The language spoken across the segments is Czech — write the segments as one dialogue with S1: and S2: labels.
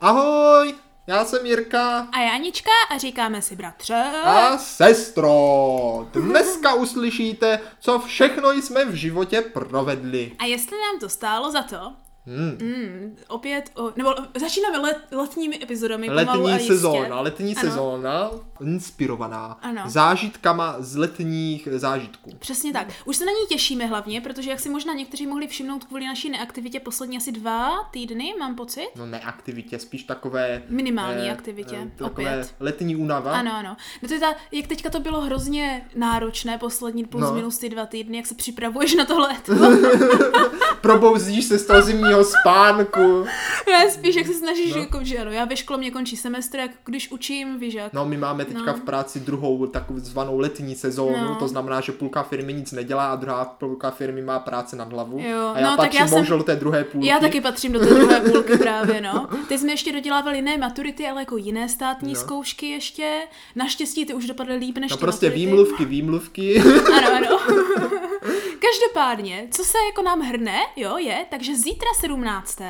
S1: Ahoj, já jsem Jirka
S2: A Janička a říkáme si bratře.
S1: a sestro. Dneska uslyšíte, co všechno jsme v životě provedli.
S2: A jestli nám to stálo za to,
S1: Hmm.
S2: hmm, opět, o, nebo začínáme let, letními epizodami pomalu a
S1: Letní
S2: jistě.
S1: sezóna, letní
S2: Ano.
S1: sezóna, inspirovaná
S2: Ano.
S1: zážitkama z letních zážitků.
S2: Přesně tak. Už se na ní těšíme hlavně, protože jak si možná někteří mohli všimnout kvůli naší neaktivitě poslední asi dva týdny, mám pocit.
S1: No ne aktivitě, spíš takové...
S2: Minimální aktivitě,
S1: Eh, takové
S2: opět.
S1: letní únava.
S2: Ano, ano. No to je ta, jak teďka to bylo hrozně náročné poslední plus
S1: No.
S2: minus ty dva týdny, jak se připravuješ na to léto.
S1: Probouzíš se z toho zimního spánku.
S2: Ne, spíš jak se snažíš,
S1: No.
S2: no. jako, že ano, já ve škole mě končí semestr, jak když učím, víš jak.
S1: No, my máme teďka
S2: No.
S1: v práci druhou takzvanou letní sezónu,
S2: No.
S1: to znamená, že půlka firmy nic nedělá a druhá půlka firmy má práce nad hlavu.
S2: Jo,
S1: A já
S2: no, tak
S1: patřím
S2: já jsem-
S1: bohužel té druhé půlky. No,
S2: Já taky patřím do té druhé půlky právě, no. Teď jsme ještě dodělávali ne maturity, ale jako jiné státní
S1: No.
S2: no. zkoušky ještě. Naštěstí ty už dopadly líp než
S1: No
S2: ty
S1: prostě
S2: maturity.
S1: výmluvky, výmluvky.
S2: Ano, ano. Každopádně, co se jako nám hrne, jo, je, takže zítra 17.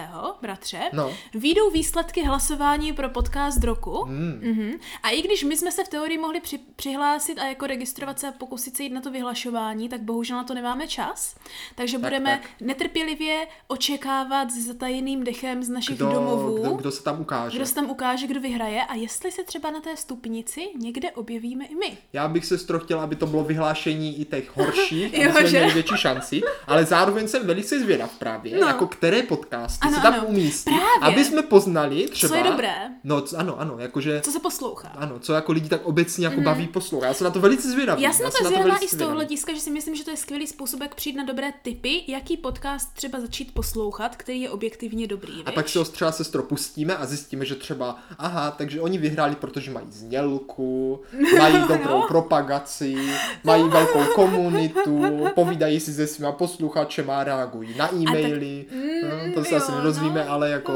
S2: bratře,
S1: No.
S2: výjdou výsledky hlasování pro podcast roku.
S1: Hmm.
S2: Mhm. A i když my jsme se v teorii mohli při- přihlásit a jako registrovat se a pokusit se jít na to vyhlašování, tak bohužel na to nemáme čas. Takže budeme
S1: tak.
S2: netrpělivě očekávat s zatajeným dechem z našich
S1: Kdo,
S2: domovů,
S1: kdo, kdo se tam ukáže?
S2: kdo se tam ukáže, kdo vyhraje a jestli se třeba na té stupnici někde objevíme i my.
S1: Já bych se chtěla, aby to bylo vyhlášení i těch horších, aby
S2: Jo,
S1: jsme
S2: že?
S1: měli větší šanci, ale zároveň jsem velice zvědav právě,
S2: No.
S1: jako které podcasty
S2: Ano,
S1: se tam
S2: ano.
S1: umístí,
S2: Právě.
S1: aby jsme poznali třeba...
S2: Co je dobré.
S1: No, co- ano, ano, jakože...
S2: Co se poslouchá?
S1: Ano, co jako lidi tak obecně jako mm. baví poslouchat. Já jsem na to velice zvědavý.
S2: Mhm. Já jsem na to
S1: na
S2: zvědavá
S1: velice
S2: i z toho
S1: zvědavý.
S2: hlediska, že si myslím, že to je skvělý způsob, jak přijít na dobré typy, jaký podcast třeba začít poslouchat, který je objektivně dobrý.
S1: A
S2: viď?
S1: pak si ho třeba sestro pustíme a zjistíme, že třeba, aha, takže oni vyhráli, protože mají znělku, mají
S2: No,
S1: dobrou propagaci, mají velkou komunitu, povídají si se svýma posluchačema, reagují na e-maily.
S2: Mm,
S1: no, to se
S2: jo,
S1: asi nedozvíme,
S2: no.
S1: ale jako...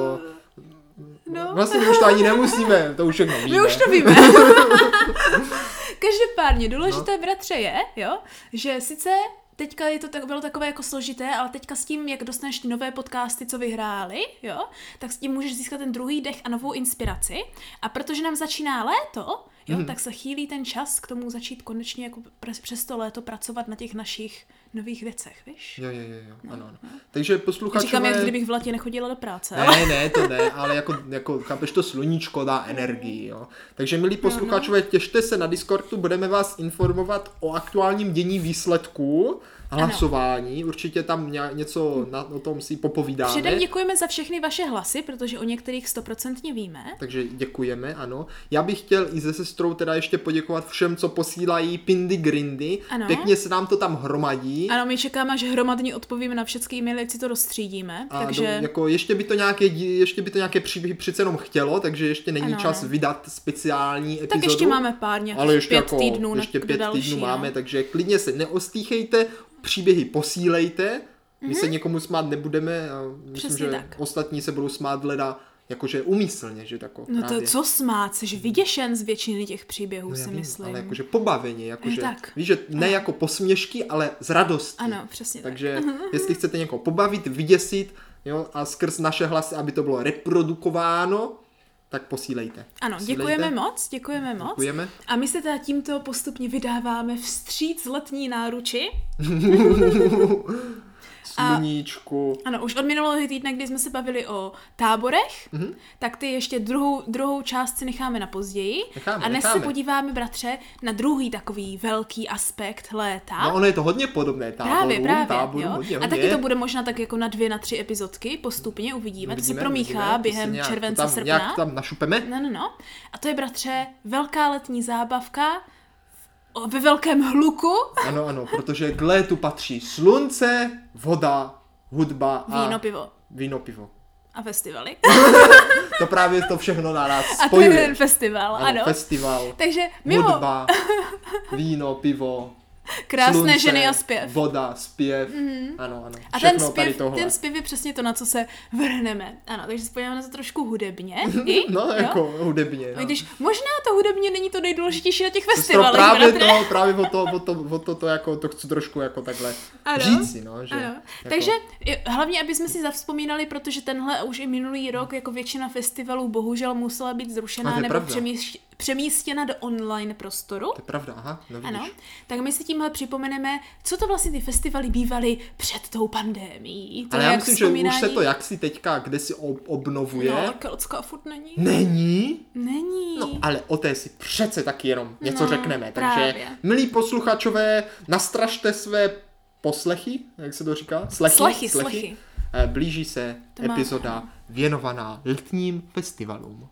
S2: No.
S1: Vlastně už to ani nemusíme, to už všechno víme.
S2: My už to víme. Každopádně důležité, bratře, je, jo, že sice teďka je to tak, bylo takové jako složité, ale teďka s tím, jak dostaneš ty nové podcasty, co vyhráli, jo, tak s tím můžeš získat ten druhý dech a novou inspiraci. A protože nám začíná léto, jo, tak se chýlí ten čas k tomu začít konečně jako pr- přes to léto pracovat na těch našich nových věcech, víš?
S1: Jo, jo, jo, jo. Ano, ano. Takže posluchačové...
S2: Říkám, jak kdybych v letě nechodila do práce. ale-
S1: Ne, ne, to ne, ale jako, jako chápeš, to sluníčko dá energii, jo. Takže milí
S2: Mhm.
S1: posluchačové, těšte se na Discordu, budeme vás informovat o aktuálním dění výsledků hlasování, určitě tam ně- něco na, o tom si popovídáme.
S2: Mhm. Předem děkujeme za všechny vaše hlasy, protože o některých stoprocentně víme.
S1: Takže děkujeme, ano. Já bych chtěl i se sestrou teda ještě poděkovat všem, co posílají Pindy Grindy.
S2: Ano.
S1: Pěkně se nám to tam hromadí.
S2: Ano, my čekáme, že hromadně odpovíme na všechny e-maily, jak si to rozstřídíme.
S1: A
S2: takže
S1: do, jako ještě by to nějaké, dí- ještě by to nějaké příběhy přece jenom chtělo, takže ještě není
S2: Ano,
S1: čas
S2: ano.
S1: vydat speciální epizodu.
S2: tak ještě máme pár nějakých
S1: ale ještě
S2: pět
S1: jako,
S2: týdnů. na-
S1: ještě
S2: do
S1: pět
S2: další,
S1: týdnů
S2: no.
S1: máme, takže klidně se neostýchejte, příběhy posílejte, my se někomu smát nebudeme, a myslím,
S2: Mhm. Přesně
S1: že
S2: tak.
S1: ostatní se budou smát leda jakože umyslně, že tako
S2: No to
S1: právě. Mhm.
S2: co smát, jsi vyděšen z většiny těch příběhů,
S1: No já
S2: si
S1: vím,
S2: myslím.
S1: Ale jakože pobaveně, jakože,
S2: Je tak.
S1: víš, že ne jako posměšky, ale z radostí.
S2: Ano, Mhm. přesně tak.
S1: prostě Takže jestli chcete někoho pobavit, vyděsit, jo, a skrz naše hlasy, aby to bylo reprodukováno, tak posílejte.
S2: Ano,
S1: Posílejte.
S2: děkujeme moc, děkujeme moc.
S1: Děkujeme.
S2: A my se teda tímto postupně vydáváme vstříc letní náruči. A-
S1: Sluníčku.
S2: Ano, už od minulého týdne, kdy jsme se bavili o táborech,
S1: Mhm.
S2: mm-hmm. tak ty ještě druhou, druhou část si necháme na později.
S1: Necháme,
S2: a dnes
S1: necháme.
S2: se podíváme, bratře, na druhý takový velký aspekt léta.
S1: No ono je to hodně podobné táborům,
S2: Právě, právě.
S1: táborům,
S2: jo.
S1: hodně,
S2: a
S1: hodně.
S2: taky to bude možná tak jako na dvě, na tři epizodky, postupně uvidíme. to se
S1: Uvidíme,
S2: promíchá
S1: uvidíme, to se
S2: během
S1: nějak- to
S2: července,
S1: tam,
S2: srpna.
S1: Nějak tam našupeme.
S2: No, no, no. A to je, bratře, velká letní zábavka o- ve velkém hluku.
S1: Ano, ano, protože k létu patří slunce, voda, hudba a
S2: Víno, pivo
S1: víno, pivo.
S2: a festivaly.
S1: To právě to všechno na nás
S2: A to je
S1: spojuje.
S2: ten festival, ano.
S1: Festival,
S2: Takže mimo,
S1: hudba, víno, pivo,
S2: Krásné
S1: slunce,
S2: ženy a zpěv. Mhm.
S1: Voda, zpěv. Mm-hmm. Ano, ano.
S2: A
S1: Všechno
S2: ten
S1: tady
S2: zpěv,
S1: tohle.
S2: ten zpěv je přesně to, na co se vrhneme. Ano, takže se podíváme na to trošku hudebně. I,
S1: No,
S2: jo?
S1: jako hudebně.
S2: I
S1: no.
S2: když možná to hudebně není to nejdůležitější na těch
S1: Sestro,
S2: festivalech,
S1: právě
S2: bratře.
S1: to, právě o to, o to, o to, to, jako, to chci trošku jako takhle
S2: Ano,
S1: říct si, no, že,
S2: Ano.
S1: jako,
S2: Takže i- hlavně, aby jsme si zavzpomínali, protože tenhle už i minulý rok, jako většina festivalů, bohužel musela být
S1: A
S2: zrušená
S1: to je
S2: nebo
S1: pravda.
S2: přemíš- přemístěna do online prostoru.
S1: To je pravda, aha, no vidíš.
S2: Ano, tak my si tímhle připomeneme, co to vlastně ty festivaly bývaly před tou pandémií. To
S1: Ale
S2: je
S1: já
S2: jak
S1: myslím, že už se
S2: vzpomínání-
S1: to jaksi teďka kde si ob- obnovuje.
S2: No, Kelocka furt není.
S1: Není?
S2: Není.
S1: No, ale o té si přece taky jenom něco
S2: No,
S1: řekneme. Takže,
S2: právě.
S1: milí posluchačové, nastražte své poslechy, jak se to říká? Slechy,
S2: Slechy, slechy.
S1: Eh, Blíží se
S2: To máme,
S1: epizoda věnovaná letním festivalům.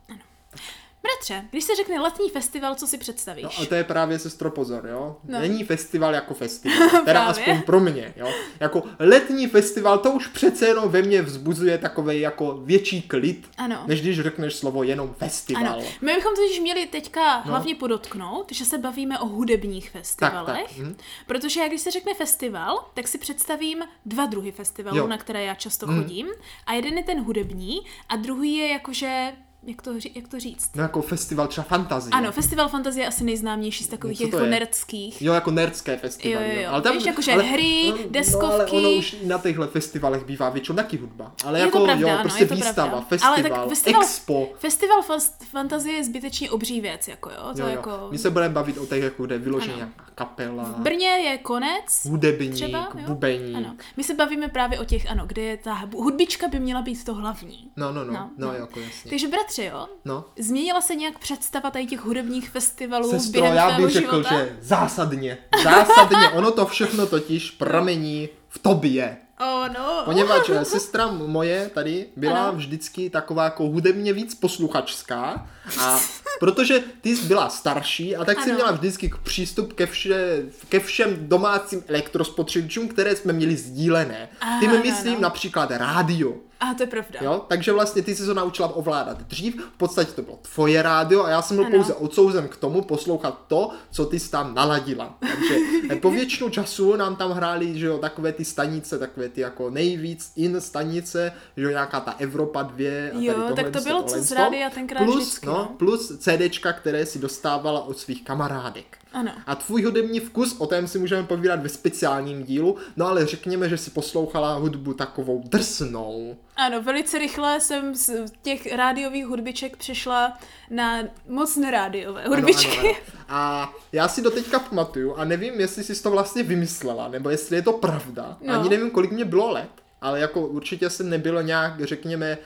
S2: Bratře, když se řekne letní festival, co si představíš?
S1: No a to je právě sestro pozor, jo?
S2: No.
S1: No. Není festival jako festival, teda
S2: Právě.
S1: aspoň pro mě, jo? Jako letní festival, to už přece jenom ve mně vzbuzuje takový jako větší klid,
S2: Ano.
S1: než když řekneš slovo jenom festival.
S2: Ano, my bychom totiž měli teďka hlavně podotknout, že se bavíme o hudebních festivalech,
S1: No. tak, mhm.
S2: protože jak když se řekne festival, tak si představím dva druhy festivalů,
S1: Jo. Mhm.
S2: na které já často chodím. A jeden je ten hudební a druhý je jakože, jak to, ří- jak to říct?
S1: No jako festival třeba fantazie.
S2: Ano, festival fantazie je asi nejznámější z takových
S1: No, Co to
S2: jako
S1: je?
S2: nerdských.
S1: Jo, jako nerdské festivaly.
S2: Jo, jo, jo. Víš, jakože hry,
S1: No, ale
S2: deskovky.
S1: ono už i na těchto festivalech bývá většinou taky hudba. Ale
S2: Je to
S1: jako,
S2: pravda,
S1: jo,
S2: ano,
S1: prostě
S2: je to
S1: výstava,
S2: pravda.
S1: festival,
S2: Ale tak festival-
S1: expo.
S2: Festival fast- fantazie je zbytečně obří věc, jako jo. To
S1: Jo, jo.
S2: jako...
S1: My se budeme bavit o těch, jako kde je vyloženě
S2: Ano.
S1: nějaká kapela,
S2: V Brně je konec,
S1: hudebník,
S2: třeba, jo?
S1: bubeník.
S2: Ano, my se bavíme právě o těch, ano, kde je ta hub- hudbička by měla být to hlavní.
S1: No, no, no,
S2: No,
S1: no,
S2: no.
S1: no, jako jasně.
S2: Takže bratře, jo,
S1: No.
S2: změnila se nějak představa tady těch hudebních festivalů
S1: Sestro,
S2: během
S1: já
S2: tvého
S1: bych řekl,
S2: života?
S1: že zásadně, zásadně, ono to všechno totiž pramení v tobě.
S2: Oh, no.
S1: Poněvadž eh, sestra moje tady byla
S2: Ano.
S1: ano. vždycky taková jako hudebně víc posluchačská a protože ty jsi byla starší a tak ano. si
S2: Ano.
S1: měla vždycky k přístup ke, vše, ke všem domácím elektrospotřebičům, které jsme měli sdílené. Tím
S2: Ano,
S1: myslím
S2: ano.
S1: například rádio.
S2: A to je pravda.
S1: Jo? Takže vlastně ty jsi to naučila ovládat dřív, v podstatě to bylo tvoje rádio a já jsem byl
S2: Ano.
S1: ano. pouze odsouzen k tomu poslouchat to, co ty jsi tam naladila. Takže eh, po většinu času nám tam hráli že jo, takové ty stanice, takové ty jako nejvíc in stanice, že jo, nějaká ta Evropa 2 a tady
S2: Jo,
S1: tohle,
S2: tak to
S1: se
S2: bylo, co
S1: tohle
S2: z
S1: to.
S2: rádia tenkrát
S1: plus,
S2: vždycky, no.
S1: no, plus CDčka, které si dostávala od svých kamarádek.
S2: Ano.
S1: A tvůj hudební vkus, o tom si můžeme povídat ve speciálním dílu, no ale řekněme, že si poslouchala hudbu takovou drsnou.
S2: Ano, velice rychle jsem z těch rádiových hudbiček přešla na moc nerádiové
S1: Ano,
S2: hudbičky.
S1: ano, ano. A já si doteďka pamatuju a nevím, jestli jsi to vlastně vymyslela, nebo jestli je to pravda.
S2: No.
S1: No. Ani nevím, kolik mě bylo let, ale jako určitě jsem nebylo nějak, řekněme,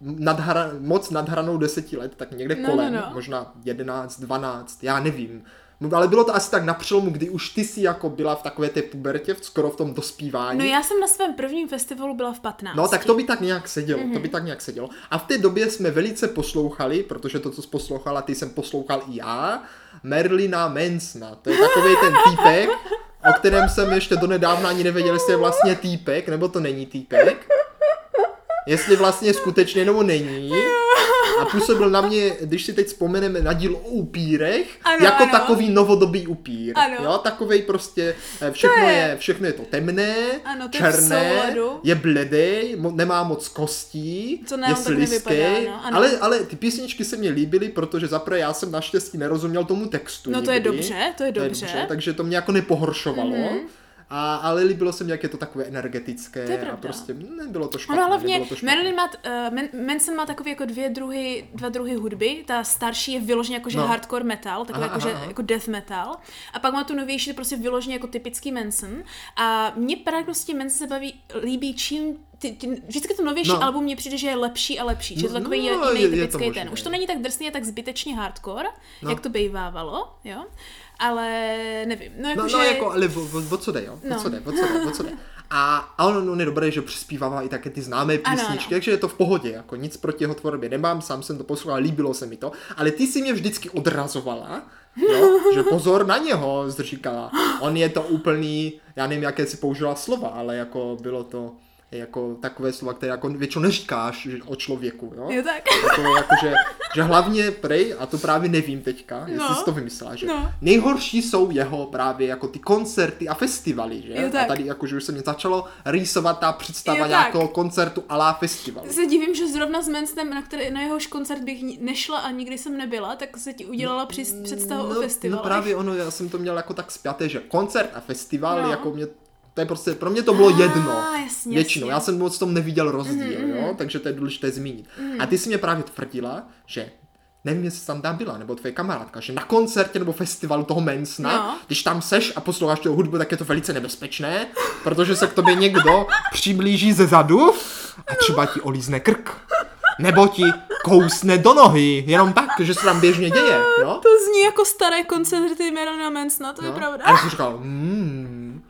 S1: nadhra, moc nadhranou deseti let, tak někde
S2: No, no,
S1: kolem,
S2: no.
S1: možná 11, 12, já nevím. No, Ale bylo to asi tak na přelomu, kdy už ty jsi jako byla v takové té pubertě, v- skoro v tom dospívání.
S2: No já jsem na svém prvním festivalu byla v 15.
S1: No, tak to by tak nějak sedělo, mm-hmm. to
S2: Mhm.
S1: by tak nějak sedělo. A v té době jsme velice poslouchali, protože to, co jsi poslouchala, ty jsem poslouchal i já, Merlina Mansona, to je takový ten týpek, o kterém jsem ještě donedávna ani nevěděl, jestli je vlastně týpek, nebo to není týpek. Jestli vlastně skutečně nebo není. A působil na mě, když si teď vzpomeneme na díl o upírech,
S2: Ano,
S1: ano, jako ano.
S2: ano.
S1: takový novodobý upír.
S2: Ano.
S1: Jo, takovej prostě, eh, všechno
S2: je-
S1: je... je, všechno je to temné,
S2: Ano, to je v
S1: černé,
S2: souladu.
S1: je bledý, mo- nemá moc kostí,
S2: To nám
S1: je
S2: tak
S1: sliskej,
S2: nevypadá, no, ano.
S1: ale, ale ty písničky se mně líbily, protože zaprvé já jsem naštěstí nerozuměl tomu textu.
S2: No to je
S1: nikdy.
S2: dobře, to je dobře.
S1: takže to mě jako nepohoršovalo.
S2: Mhm.
S1: A, ale líbilo se mi, jak je to takové energetické
S2: To je
S1: a
S2: pravda.
S1: prostě nebylo to špatné.
S2: Ono hlavně,
S1: nebylo to špatné.
S2: Marilyn má, uh, Man- Manson má takový jako dvě druhy, dva druhy hudby, ta starší je vyloženě jako, že no.
S1: No.
S2: hardcore metal, takový
S1: Aha,
S2: jako, že,
S1: aha, aha.
S2: jako death metal, a pak má tu novější, to prostě vyloženě jako typický Manson a mně právě prostě Manson se baví, líbí čím ty, ty, vždycky to novější no.
S1: No.
S2: album mě přijde, že je lepší a lepší, že je to
S1: No,
S2: takový
S1: no,
S2: je-
S1: je-
S2: jiný
S1: je to
S2: typický
S1: možné.
S2: ten. Už to není tak drsný a tak zbytečně hardcore, no.
S1: No.
S2: jak to bývávalo, jo, ale nevím, no jako,
S1: No,
S2: že...
S1: no jako, ale o, o, o co jde, jo? O
S2: No.
S1: co jde, o co jde, o co jde. A, a ono on je dobré, že přispívává i také ty známé
S2: Ano,
S1: písničky,
S2: ano.
S1: takže je to v pohodě, jako nic proti jeho tvorbě nemám, sám jsem to poslouchal, líbilo se mi to, ale ty si mě vždycky odrazovala, jo? že pozor na něho, jsi říkala. On je to úplný, já nevím, jaké si použila slova, ale jako bylo to jako takové slova, které jako většinou neříkáš že- o člověku, jo?
S2: Jo, tak.
S1: Jako, jako že, že hlavně prej, a to právě nevím teďka, jestli
S2: No.
S1: jsi to vymyslela, že
S2: No.
S1: nejhorší jsou jeho právě jako ty koncerty a festivaly, že?
S2: Jo,
S1: a
S2: tak.
S1: tady jakože už se mě začalo rýsovat ta představa
S2: Jo, tak.
S1: nějakého koncertu a la festivalu.
S2: Se divím, že zrovna s Manstem, na, který, na jehož koncert bych ni- nešla a nikdy jsem nebyla, tak se ti udělala při představu o festivalu.
S1: No právě ono, já jsem to měl jako tak spjaté, že koncert a festival,
S2: No.
S1: jako mě, to je prostě, pro mě to bylo jedno.
S2: Ah, jasně,
S1: většinou.
S2: jasně. Mm-hmm,
S1: Já jsem moc v tom neviděl rozdíl, jo? takže to je důležité zmínit.
S2: Mm.
S1: A ty jsi mě právě tvrdila, že nevím, jestli jsi tam tam byla, nebo tvoje kamarádka, že na koncertě nebo festivalu toho Mensna,
S2: No.
S1: když tam seš a posloucháš tu hudbu, tak je to velice nebezpečné, protože se k tobě někdo přiblíží ze zadu a třeba ti olízne krk. Nebo ti kousne do nohy, jenom tak, že se tam běžně děje, jo?
S2: To zní jako staré koncerty Merona Mansna, to je pravda.
S1: No, A já jsem říkal, hmm,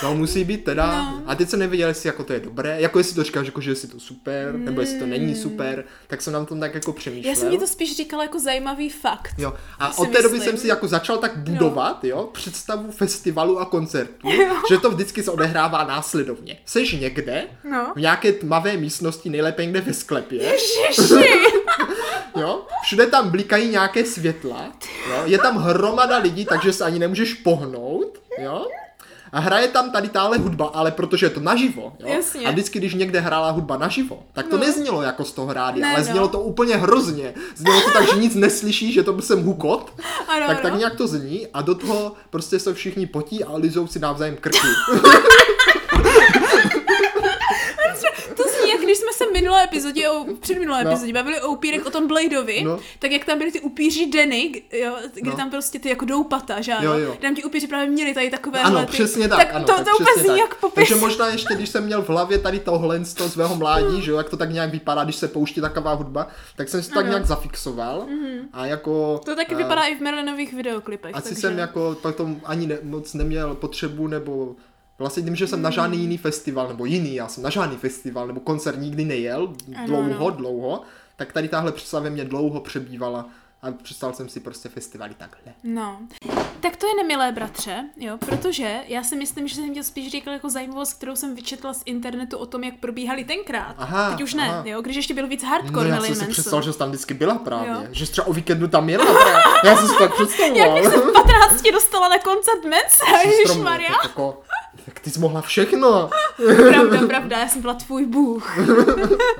S1: to musí být teda,
S2: No.
S1: a teď jsem nevěděl, jestli jako to je dobré, jako jestli to říkáš, jako že jestli to super, nebo jestli to není super, tak jsem nám tom tak jako přemýšlel.
S2: Hmm. Já jsem ti to spíš říkala jako zajímavý fakt.
S1: Jo. A
S2: si
S1: od té doby
S2: myslím.
S1: jsem si jako začal tak budovat, jo, představu festivalu a koncertu, že to vždycky se odehrává následovně. Seš někde,
S2: No.
S1: v nějaké tmavé místnosti, nejlépe někde ve sklepě,
S2: Ježiši!
S1: jo, všude tam blikají nějaké světla, jo, je tam hromada lidí, takže se ani nemůžeš pohnout, jo. A hraje tam tady táhle hudba, ale protože je to naživo, jo?
S2: Jasně.
S1: A vždycky, když někde hrála hudba naživo, tak to
S2: No.
S1: neznělo jako z toho rádia,
S2: Ne,
S1: ale
S2: no.
S1: znělo to úplně hrozně. Znělo to tak, že nic neslyšíš, že to byl jsem hukot,
S2: Ano, no.
S1: tak, tak
S2: ano.
S1: nějak to zní a do toho prostě se všichni potí a lizou si navzájem krky.
S2: To zní, jak když jsme se v minulé epizodě, o, před minulé
S1: No.
S2: epizodě bavili o upírek o tom Bladeovi,
S1: No.
S2: tak jak tam byly ty upíři Denny, k- jo, kde
S1: No.
S2: tam prostě ty jako doupata, že ano?
S1: Jo, jo.
S2: Tam ti upíři právě měli tady takové
S1: Ano,
S2: ty,
S1: přesně tak.
S2: tak
S1: ano,
S2: to,
S1: tak
S2: to úplně
S1: přesně
S2: zní
S1: tak.
S2: jak popis.
S1: Takže možná ještě, když jsem měl v hlavě tady tohle z toho svého mládí, že jo, jak to tak nějak vypadá, když se pouští taková hudba, tak jsem si to tak
S2: Ano. Mhm.
S1: nějak zafixoval a jako...
S2: To taky
S1: a-
S2: vypadá i v Merlinových videoklipech.
S1: Asi
S2: takže-
S1: jsem jako tak tomu ani ne, moc neměl potřebu nebo vlastně tím, že jsem na žádný jiný festival, nebo jiný, já jsem na žádný festival nebo koncert nikdy nejel,
S2: Ano,
S1: dlouho,
S2: ano.
S1: dlouho, tak tady tahle představa mě dlouho přebývala a představil jsem si prostě festivaly takhle.
S2: No, tak to je nemilé, bratře, jo, protože já si myslím, že jsem tě spíš říkal jako zajímavost, kterou jsem vyčetla z internetu o tom, jak probíhali tenkrát.
S1: Aha,
S2: Teď už ne,
S1: aha.
S2: jo, když ještě byl víc
S1: No,
S2: hardcore
S1: já
S2: Marilyn
S1: jsem si
S2: Manson.
S1: představil, že jsi tam vždycky byla právě.
S2: Jo.
S1: Jo. Že jsi třeba o víkendu tam jela. Právě. Já jsem si to tak představoval.
S2: Jak jsem v 15 dostala na koncert Mensa,
S1: Stromu,
S2: Maria.
S1: tak Jako, tak ty jsi mohla všechno.
S2: Pravda, pravda, já jsem byla tvůj bůh.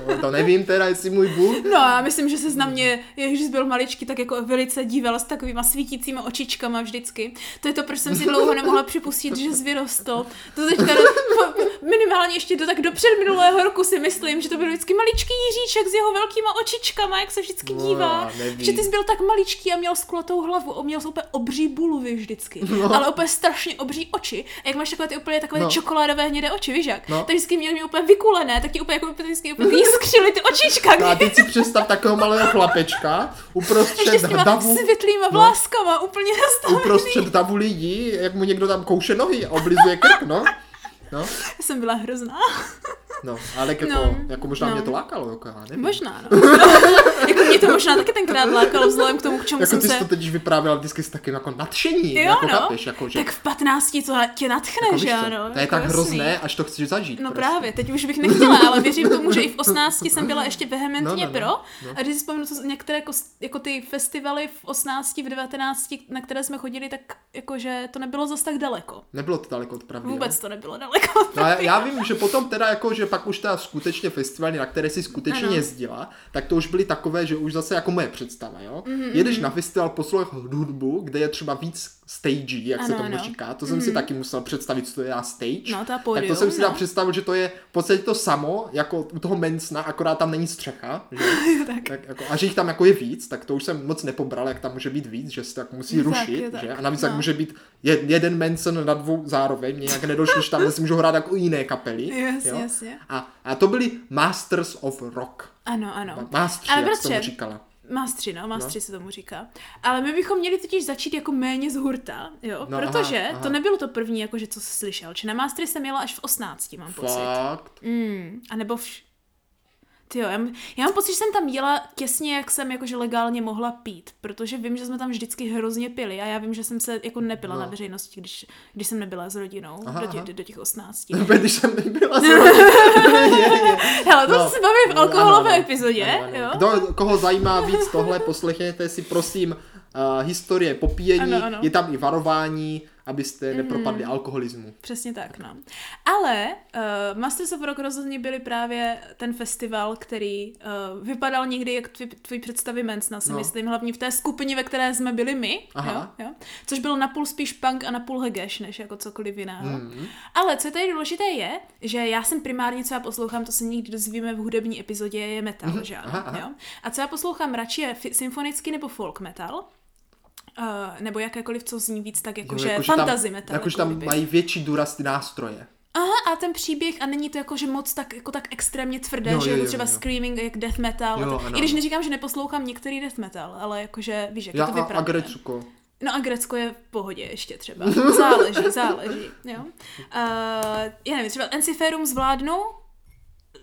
S1: No, to nevím teda, jestli můj Bůh.
S2: No a myslím, že se na mě, když byl maličký, tak jako velice dívala s takovýma svítícíma očičkama vždycky. To je to, proč jsem si dlouho nemohla připustit, že zvyrostl. To teďka po- minimálně ještě do tak do předminulého roku si myslím, že to byl vždycky maličký Jiříček s jeho velkýma očičkama, jak se vždycky
S1: No,
S2: dívá.
S1: já nevím.
S2: že ty jsi byl tak maličký a měl skulatou hlavu, a měl jsi úplně obří bulvy vždycky,
S1: No.
S2: ale úplně strašně obří oči. A jak máš takové ty úplně takové
S1: No.
S2: ty čokoládové hnědé oči, víš jak?
S1: No.
S2: Tak vždycky měl mě úplně vykulené, tak ti úplně jako vždycky úplně jiskřily ty očička.
S1: No a
S2: když-
S1: teď si představ takového malého chlapečka uprostřed
S2: ještě s těma
S1: davu,
S2: světlýma
S1: No.
S2: vláskama, úplně nastavený.
S1: uprostřed davu lidí, jak mu někdo tam kouše nohy a oblizuje krk, no. No,
S2: Já jsem byla hrozná.
S1: no, ale jako,
S2: No,
S1: jako možná
S2: no.
S1: mě to lákalo, jako já nevím.
S2: Možná, no. jako mě to možná taky tenkrát lákalo vzhledem k tomu, k čemu
S1: Jako
S2: jsem
S1: ty jsi
S2: se...
S1: to teď vyprávěla vždycky s takým jako nadšením,
S2: Jo,
S1: jako
S2: no.
S1: chápeš, jako že...
S2: Tak v 15 to tě natchne,
S1: jako víš
S2: že
S1: co,
S2: ano.
S1: to je
S2: jako
S1: tak
S2: jasný.
S1: hrozné, až to chceš zažít.
S2: No
S1: prostě.
S2: právě, teď už bych nechtěla, ale věřím tomu, že i v 18 jsem byla ještě vehementně
S1: No, no, no,
S2: pro.
S1: no.
S2: A když si vzpomenu, co, některé jako, jako ty festivaly v 18, v 19, na které jsme chodili, tak jakože to nebylo zas tak daleko.
S1: Nebylo to daleko od pravdy.
S2: Vůbec
S1: jo?
S2: to nebylo daleko.
S1: No, já, já vím, že potom teda jako, že pak už ta skutečně festivaly, na které si skutečně
S2: Ano.
S1: ano. jezdila, tak to už byly takové, že už zase jako moje představa, jo.
S2: Mhm,
S1: Mm-hmm. Jedeš na festival poslouchat hudbu, kde je třeba víc stagí, jak ano, se
S2: Ano,
S1: tomu
S2: ano. Mhm.
S1: ano. říká. To jsem mm-hmm. si taky musel představit, co to je na stage.
S2: No, to je
S1: tak
S2: pódium,
S1: to jsem si
S2: no.
S1: dal představit, že to je v podstatě to samo, jako u toho mensna, akorát tam není střecha, že?
S2: tak.
S1: tak jako, a že jich tam jako je víc, tak to už jsem moc nepobral, jak tam může být víc, že se tak musí
S2: Tak,
S1: rušit,
S2: je tak.
S1: že? A navíc
S2: No.
S1: tak může být je, jeden Manson na dvou zároveň, nějak nedošli, že tam si můžou hrát jako u jiné kapely.
S2: Jasně,
S1: jo?
S2: jasně.
S1: A, a to byli Masters of Rock.
S2: Ano, ano.
S1: Mástři,
S2: Ale
S1: jak jsem
S2: bratře,
S1: tomu říkala.
S2: Mástři, no, mástři no. se tomu říká. Ale my bychom měli totiž začít jako méně z hurta, jo? No,
S1: No,
S2: protože aha,
S1: aha,
S2: aha.
S1: aha.
S2: to nebylo to první, jakože co jsi slyšel. Či na mástry jsem jela až v 18, mám pocit.
S1: Fakt.
S2: Mm, a nebo v... Ty jo, já, m- já mám pocit, že jsem tam jela těsně, jak jsem jakože legálně mohla pít, protože vím, že jsme tam vždycky hrozně pili a já vím, že jsem se jako nepila
S1: No.
S2: no. na veřejnosti, když, když jsem nebyla s rodinou
S1: Aha,
S2: aha, do, těch,
S1: aha.
S2: do těch 18.
S1: Když jsem nebyla zrovna. je, je.
S2: Hele, to
S1: No.
S2: no. se bavím v
S1: Ano,
S2: alkoholové
S1: ano.
S2: epizodě,
S1: Ano, ano.
S2: jo?
S1: Kdo, koho zajímá víc tohle, poslechněte si prosím uh, historie popíjení,
S2: Ano, Mhm. ano.
S1: je tam i varování, abyste nepropadli alkoholismu.
S2: Přesně tak, no. Ale uh, Masters of Rock rozhodně byli právě ten festival, který uh, vypadal někdy jak tvý, tvůj představy Mencna, si
S1: No.
S2: no. myslím, hlavně v té skupině, ve které jsme byli my,
S1: Aha.
S2: jo, jo, což bylo napůl spíš punk a napůl hegeš, než jako cokoliv jiného.
S1: Mhm.
S2: Ale co je tady důležité je, že já jsem primárně, co já poslouchám, to se někdy dozvíme v hudební epizodě, je metal, že ano,
S1: Mhm. aha, aha.
S2: jo? A co já poslouchám radši je fi- symfonický nebo folk metal, uh, nebo jakékoliv, co zní víc tak
S1: Jo,
S2: jakože fantasy
S1: Jako
S2: metal.
S1: Jakože
S2: jako
S1: tam
S2: kdyby.
S1: mají větší důraz ty nástroje.
S2: Aha, a ten příběh, a není to jako, že moc tak, jako tak extrémně tvrdé,
S1: Jo,
S2: že
S1: jo,
S2: jako
S1: jo,
S2: třeba
S1: jo.
S2: screaming jak death metal.
S1: Jo,
S2: Jo, to,
S1: ano,
S2: I když
S1: ano.
S2: neříkám, že neposlouchám některý death metal, ale jakože víš, jak
S1: Já
S2: je to
S1: a, a
S2: vypravdu.
S1: Grecuko.
S2: No a Grecko je v pohodě ještě třeba. Záleží, záleží. Jo. Uh, já nevím, třeba Enciferum zvládnu,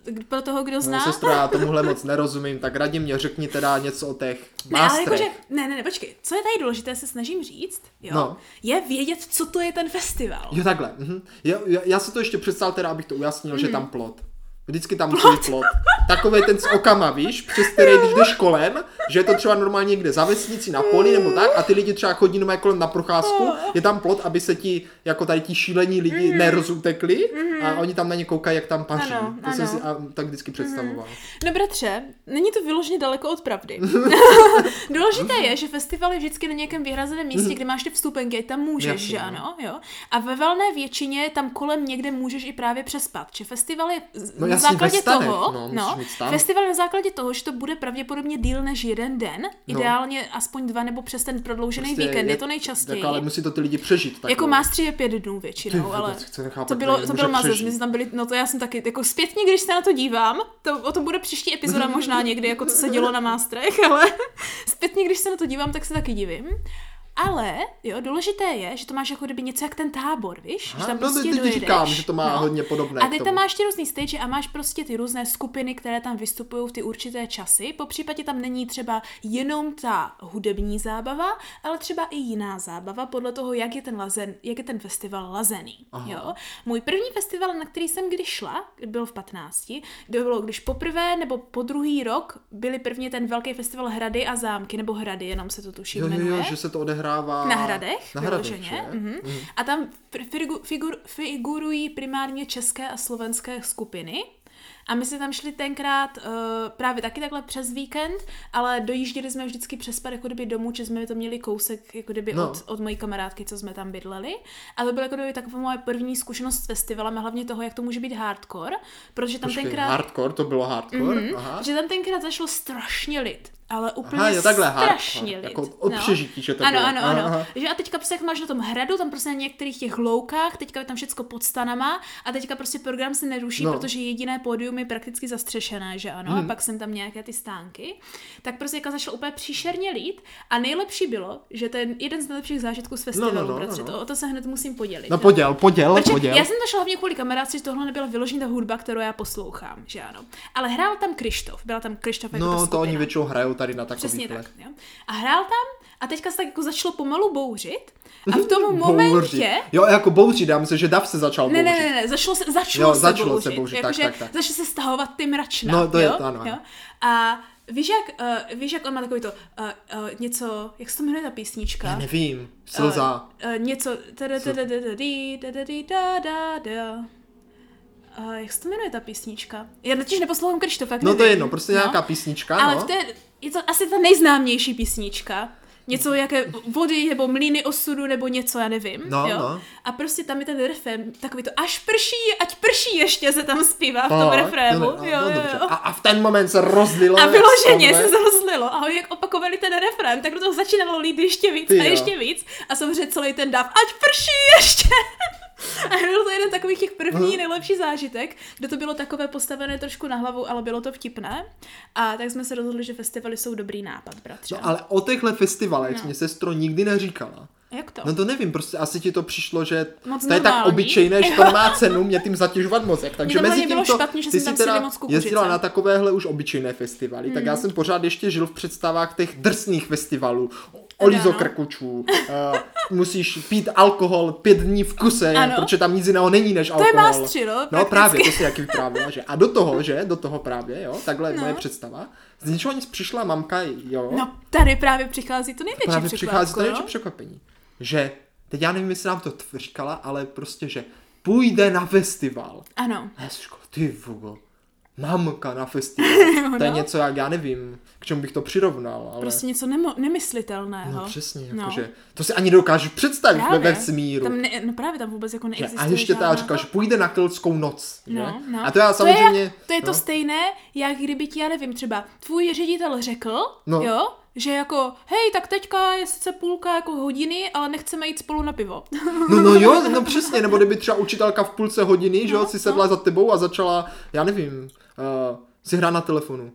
S2: k- pro toho, kdo
S1: No,
S2: zná.
S1: sestro, já tomuhle moc nerozumím, tak raději mě řekni teda něco o těch
S2: Ne, ale
S1: mástrech.
S2: jakože, ne, ne, ne, počkej, co je tady důležité, se snažím říct, jo,
S1: No.
S2: no. je vědět, co to je ten festival.
S1: Jo, takhle. Mhm. Já, já, já si to ještě představil, teda, abych to ujasnil,
S2: Mhm.
S1: že je tam plot. Vždycky tam musí být plot. Takový ten s okama, víš, přes který když jdeš kolem, že je to třeba normálně někde za vesnici, na poli nebo
S2: Mm.
S1: tak, a ty lidi třeba chodí normálně kolem na procházku,
S2: Oh.
S1: je tam plot, aby se ti, jako tady ti šílení lidi nerozutekli a oni tam na ně koukají, jak tam paří.
S2: Mm. Ano,
S1: to jsem
S2: ano. Mm.
S1: si a, mm, tak vždycky představoval.
S2: No bratře, není to vyloženě daleko od pravdy. Důležité je, že festival je vždycky na nějakém vyhrazeném místě, kde máš ty vstupenky, ať tam můžeš,
S1: Jasně,
S2: že
S1: no.
S2: ano, jo. A ve valné většině tam kolem někde můžeš i právě přespat. Že festival je z-
S1: No
S2: na
S1: jasně, ve
S2: základě
S1: stanech,
S2: toho,
S1: no, musíš
S2: no
S1: mít stan.
S2: festival je na základě toho, že to bude pravděpodobně díl než jeden den, ideálně aspoň dva nebo přes ten prodloužený
S1: No. Prostě
S2: víkend, je, to nejčastěji.
S1: Jako, ale musí to ty lidi přežít. Tak
S2: Jako mástři je pět dnů většinou,
S1: Ty
S2: ale
S1: vůbec, chci nechápat,
S2: to
S1: jak
S2: bylo, to
S1: může
S2: bylo mazec,
S1: přežít.
S2: my jsme tam byli, no to já jsem taky, jako zpětně, když se na to dívám, to, o tom bude příští epizoda možná někdy, jako co se dělo na mástrech, ale zpětně, když se na to dívám, tak se taky divím. Ale, jo, důležité je, že to máš jako kdyby něco jak ten tábor, víš?
S1: Aha,
S2: že tam
S1: no,
S2: prostě
S1: teď
S2: dojedeš. No.
S1: říkám, že to má hodně podobné
S2: A
S1: k
S2: teď
S1: tomu.
S2: tam máš ty různý stage a máš prostě ty různé skupiny, které tam vystupují v ty určité časy. Po případě tam není třeba jenom ta hudební zábava, ale třeba i jiná zábava podle toho, jak je ten, lazen, jak je ten festival lazený.
S1: Aha.
S2: Jo? Můj první festival, na který jsem kdy šla, byl v 15, to bylo, když poprvé nebo po druhý rok byly první ten velký festival Hrady a zámky, nebo Hrady, jenom se to tuším
S1: Jo, jo,
S2: jmenuje.
S1: jo, že se to odehrává
S2: Na hradech,
S1: na hradech
S2: vyloženě.
S1: že?
S2: Mhm. A tam fr- firgu- figur, figurují primárně české a slovenské skupiny. A my jsme tam šli tenkrát uh, právě taky takhle přes víkend, ale dojížděli jsme vždycky přes pár jako kdyby domů, že jsme to měli kousek jako kdyby
S1: No.
S2: od, od mojí kamarádky, co jsme tam bydleli. A to byla jako kdyby taková moje první zkušenost s festivalem a hlavně toho, jak to může být hardcore, protože tam
S1: Počkej,
S2: tenkrát... Mhm.
S1: hardcore, to bylo hardcore, aha.
S2: Že tam tenkrát zašlo strašně lid. Ale
S1: Aha,
S2: úplně aha,
S1: jo,
S2: jo,
S1: takhle
S2: strašně
S1: hardcore,
S2: lid. no.
S1: jako o přežití, že to
S2: ano,
S1: bylo.
S2: ano,
S1: Aha,
S2: ano,
S1: aha.
S2: Že a teďka prostě jak máš na tom hradu, tam prostě na některých těch loukách, teďka je tam všecko pod stanama a teďka prostě program se neruší,
S1: No. Mhm.
S2: protože jediné pódium je prakticky zastřešené, že ano, a pak jsem tam nějaké ty stánky. Tak prostě jako zašlo úplně příšerně lít a nejlepší bylo, že to je jeden z nejlepších zážitků z festivalu,
S1: no, no,
S2: bratře,
S1: no.
S2: to, o to se hned musím podělit.
S1: No
S2: jo.
S1: poděl, poděl,
S2: Protože
S1: poděl.
S2: já jsem to šla hlavně kvůli kamarádce, že tohle nebyla vyloženě ta hudba, kterou já poslouchám, že ano. Ale hrál tam Krištof, byla tam Krištof jako ta
S1: No, to
S2: skupina.
S1: oni většinou hrajou tady na takových
S2: Přesně tak, jo. A hrál tam a teďka se tak jako začalo pomalu bouřit a v tom
S1: Bouři.
S2: momentě...
S1: Jo, jako bouři, dám se, že dav se začal
S2: Ne,
S1: bouřit.
S2: ne, ne, ne, začalo se, začalo
S1: Jo,
S2: se
S1: začalo
S2: bouřit.
S1: se bouřit,
S2: jakože
S1: tak, tak, tak.
S2: Začalo se stahovat ty mračna.
S1: No, to je
S2: jo?
S1: to, ano, ano.
S2: Jo? A víš jak, uh, víš, jak on má takový to, uh, uh, něco, jak se to jmenuje ta písnička?
S1: Já nevím, slza.
S2: Uh, uh, něco. tada, tada, tada, dí, tada, dí, da, da, da. Uh, jak se to jmenuje ta písnička? Já totiž neposlouchám Krištofa.
S1: No to je jedno, prostě nějaká písnička,
S2: Ale
S1: no.
S2: v té, je to asi ta nejznámější písnička. Něco jaké vody nebo mlíny osudu nebo něco, já nevím.
S1: No,
S2: jo?
S1: no.
S2: A prostě tam je ten refrém, takový to až prší, ať prší ještě se tam zpívá v tom
S1: Tak,
S2: refrému.
S1: no, no,
S2: jo,
S1: no,
S2: jo,
S1: dobře.
S2: jo.
S1: A, a v ten moment se rozlilo.
S2: A
S1: jak
S2: vyloženě
S1: stomle.
S2: se zrozlilo a jak opakovali ten refrén, tak do toho začínalo lít ještě víc
S1: Ty
S2: a
S1: jo.
S2: ještě víc a samozřejmě celý ten dáv, ať prší ještě. A byl to jeden takových těch
S1: Mhm.
S2: první nejlepší zážitek, kde to bylo takové postavené trošku na hlavu, ale bylo to vtipné. A tak jsme se rozhodli, že festivaly jsou dobrý nápad, bratře. No.
S1: No ale o těchto festivalech mě sestro nikdy neříkala.
S2: Jak to?
S1: No to nevím, prostě asi ti to přišlo, že
S2: Moc
S1: to je tak
S2: normální.
S1: obyčejné, že to nemá cenu mě tím zatěžovat mozek. Takže
S2: tam
S1: mezi
S2: hlavně
S1: tím
S2: bylo
S1: to,
S2: špatně, že
S1: ty
S2: jsem
S1: jsi
S2: tam
S1: teda
S2: syli moc kukuřice. Mm.
S1: jezdila na takovéhle už obyčejné festivaly, tak já jsem pořád ještě žil v představách těch drsných festivalů. Olizo
S2: Ano.
S1: krkučů, eh, musíš pít alkohol pět dní v kuse,
S2: Ano.
S1: protože tam nic jiného není než
S2: je
S1: alkohol.
S2: mástři, no,
S1: No
S2: prakticky.
S1: právě, to si jaký vyprávěla, že? A do toho, že? Do toho právě, jo? Takhle je moje
S2: No.
S1: představa. Z ničeho nic přišla mamka, jo?
S2: No tady právě přichází to největší
S1: právě přichází to
S2: překvapko,
S1: největší
S2: jo?
S1: překvapení. Že, teď já nevím, jestli nám to tv- říkala, ale prostě, že půjde na festival.
S2: Ano.
S1: A já si říkal, ty vůbec, mamka na festival.
S2: Jo,
S1: To je
S2: no.
S1: něco, jak já nevím, k čemu bych to přirovnal, ale...
S2: Prostě něco nemo- nemyslitelného.
S1: No přesně,
S2: No.
S1: jakože, to si ani dokážu představit ve
S2: Právě.
S1: vesmíru.
S2: Tam ne, no právě tam vůbec jako
S1: Že,
S2: neexistuje
S1: a ještě ta
S2: žádná-
S1: říká, že půjde na keltskou noc.
S2: No,
S1: že?
S2: no.
S1: A to já samozřejmě...
S2: To je, to, je
S1: no.
S2: to stejné, jak kdyby ti, já nevím, třeba tvůj ředitel řekl,
S1: No.
S2: no. jo, že jako, hej, tak teďka je sice půlka jako hodiny, ale nechceme jít spolu na pivo.
S1: No, no jo, no přesně, nebo kdyby třeba učitelka v půlce hodiny, že
S2: No,
S1: jo, si sedla za tebou a začala, já nevím, uh, si hrát na telefonu.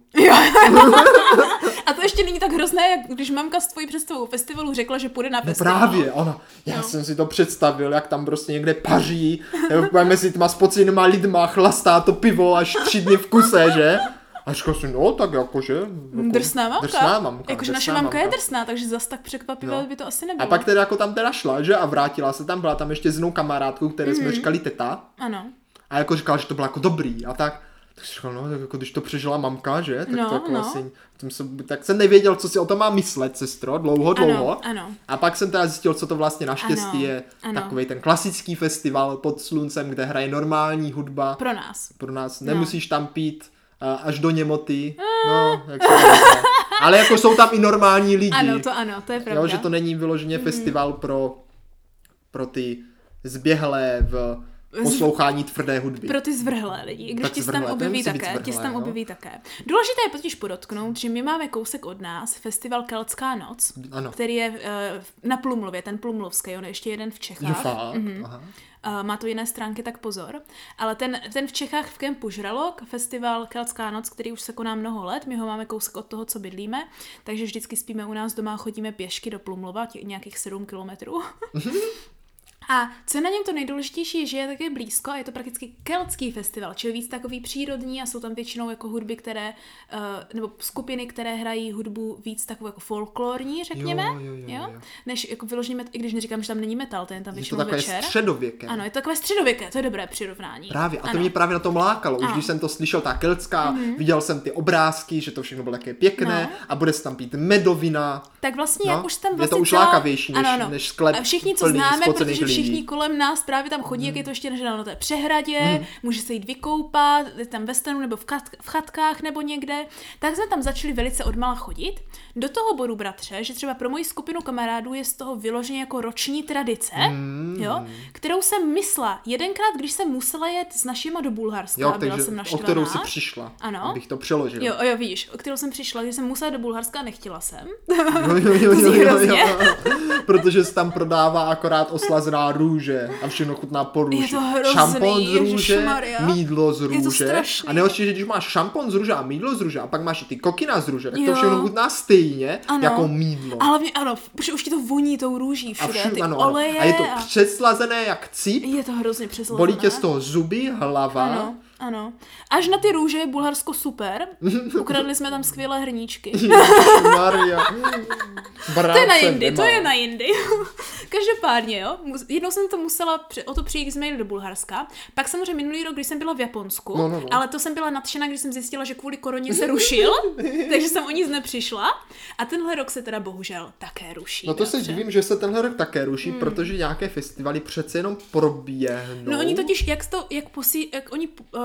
S2: A to ještě není tak hrozné, jak když mamka s tvojí představou festivalu řekla, že půjde na
S1: No
S2: festival.
S1: právě, ona, já
S2: No.
S1: jsem si to představil, jak tam prostě někde paří, jo, mezi těma spocenýma lidma chlastá to pivo až tři dny v kuse, že? A říkal si, no tak jakože... Jako,
S2: Mm, Drsná mamka.
S1: Drsná mamka.
S2: Jakože naše
S1: drsná
S2: mamka, je drsná, takže zas tak překvapivé
S1: No.
S2: by to asi
S1: A
S2: nebylo.
S1: pak teda jako tam teda šla, že? A vrátila se tam, byla tam ještě s jednou kamarádkou, které
S2: Mm.
S1: jsme říkali teta.
S2: Ano.
S1: A jako říkala, že to bylo jako dobrý a tak. Tak jsem říkal, no, tak jako když to přežila mamka, že? Tak
S2: No,
S1: to jako
S2: no.
S1: asi, tím jsem, tak jsem nevěděl, co si o tom má myslet, sestro, dlouho, dlouho.
S2: Ano, ano.
S1: A pak jsem teda zjistil, co to vlastně naštěstí
S2: Ano,
S1: je.
S2: ano.
S1: Takový ten klasický festival pod sluncem, kde hraje normální hudba. Pro,
S2: Pro nás.
S1: Pro nás nemusíš tam pít a, až do němoty.
S2: Eh.
S1: No, jak se to říká. Ale jako jsou tam i normální lidi.
S2: Ano, to ano, to je pravda. Mm-hmm.
S1: Jo, že to není vyloženě festival pro, pro ty zběhlé v poslouchání tvrdé hudby.
S2: Pro ty zvrhlé lidi, i když
S1: Tak
S2: ti se tam
S1: zvrhlé, to
S2: objeví
S1: nemusí být
S2: také. ti se
S1: zvrhlé,
S2: tam
S1: no.
S2: objeví také. Důležité je totiž podotknout, že my máme kousek od nás festival Keltská noc,
S1: Ano.
S2: který je eh, na Plumlově, ten Plumlovský, on je ještě jeden v Čechách.
S1: Jo, fakt. Aha.
S2: Eh, má to jiné stránky, tak pozor. Ale ten, ten v Čechách v kempu Žralok, festival Keltská noc, který už se koná mnoho let, my ho máme kousek od toho, co bydlíme, takže vždycky spíme u nás doma a chodíme pěšky do Plumlova, tě- nějakých 7 kilometrů. A co je na něm to nejdůležitější, je, že je také blízko a je to prakticky keltský festival, čili víc takový přírodní a jsou tam většinou jako hudby, které, eh, nebo skupiny, které hrají hudbu víc takovou jako folklorní, řekněme,
S1: Jo, jo, jo, jo.
S2: než jako vyloženě, met- i když neříkám, že tam není metal, ten je tam
S1: Je to
S2: většinou
S1: takové
S2: večer.
S1: středověké.
S2: Ano, je to takové středověké, to je dobré přirovnání.
S1: prostě. Právě, a to
S2: Ano.
S1: mě právě na tom lákalo. Už
S2: Ano. Mhm.
S1: když jsem to slyšel, ta keltská, viděl jsem ty obrázky, že to všechno bylo také pěkné
S2: No.
S1: a bude se tam pít medovina.
S2: Tak vlastně,
S1: No,
S2: jak už tam
S1: je to
S2: vlastně
S1: už
S2: celá...
S1: lákavější než- než sklep
S2: A všichni, co
S1: plný
S2: známe,
S1: spocených
S2: protože všichni
S1: lidí. Mm.
S2: kolem nás právě tam chodí, jak je to ještě na na té přehradě, může se jít vykoupat, je tam ve stanu nebo v, kat- v chatkách nebo někde. Tak jsme tam začali velice odmala chodit. Do toho bodu, bratře, že třeba pro moji skupinu kamarádů je z toho vyloženě jako roční tradice,
S1: Mm.
S2: jo, kterou jsem myslela jedenkrát, když jsem musela jet s našima do Bulharska,
S1: Jo,
S2: a byla
S1: takže
S2: jsem
S1: o
S2: naštvaná.
S1: kterou si přišla,
S2: Ano.
S1: abych to přeložil.
S2: Jo, jo, víš, o kterou jsem přišla, že jsem musela do Bulharska a nechtěla jsem.
S1: Jo, jo, jo,
S2: To
S1: jo,
S2: zní
S1: jo,
S2: hrozně.
S1: jo. Protože se tam prodává akorát oslazená růže a všechno chutná po růži.
S2: Je to hrozný,
S1: šampon z růže,
S2: ježišmarja.
S1: mídlo z
S2: to
S1: růže.
S2: strašný.
S1: a nejhorší, že když máš šampon z růže a mídlo z růže a pak máš i ty kokina z růže, tak to
S2: Jo.
S1: všechno chutná stejně
S2: Ano.
S1: jako mídlo.
S2: A hlavně ano, protože už ti to voní tou růží
S1: a
S2: všude, a
S1: všude,
S2: ty
S1: ano, ano.
S2: oleje
S1: A je to přeslazené jak cíp,
S2: je to hrozně přeslovené.
S1: bolí tě z toho zuby, hlava.
S2: Ano, ano. Až na ty růže je Bulharsko super. Ukradli jsme tam skvělé hrníčky.
S1: Maria.
S2: To je na jindy,
S1: no.
S2: to je na jindy. Každopádně, jo, mus- jednou jsem to musela pře- o to přijít z mail do Bulharska. Pak samozřejmě minulý rok, když jsem byla v Japonsku,
S1: No, no, no.
S2: ale to jsem byla nadšená, když jsem zjistila, že kvůli koroně se rušil, takže jsem o nic nepřišla. A tenhle rok se teda bohužel také ruší.
S1: No to se
S2: bratře.
S1: divím, že se tenhle rok také ruší, protože nějaké festivaly přece jenom proběhnou.
S2: Hmm. No oni totiž, jak, to, jak, posí, jak oni uh,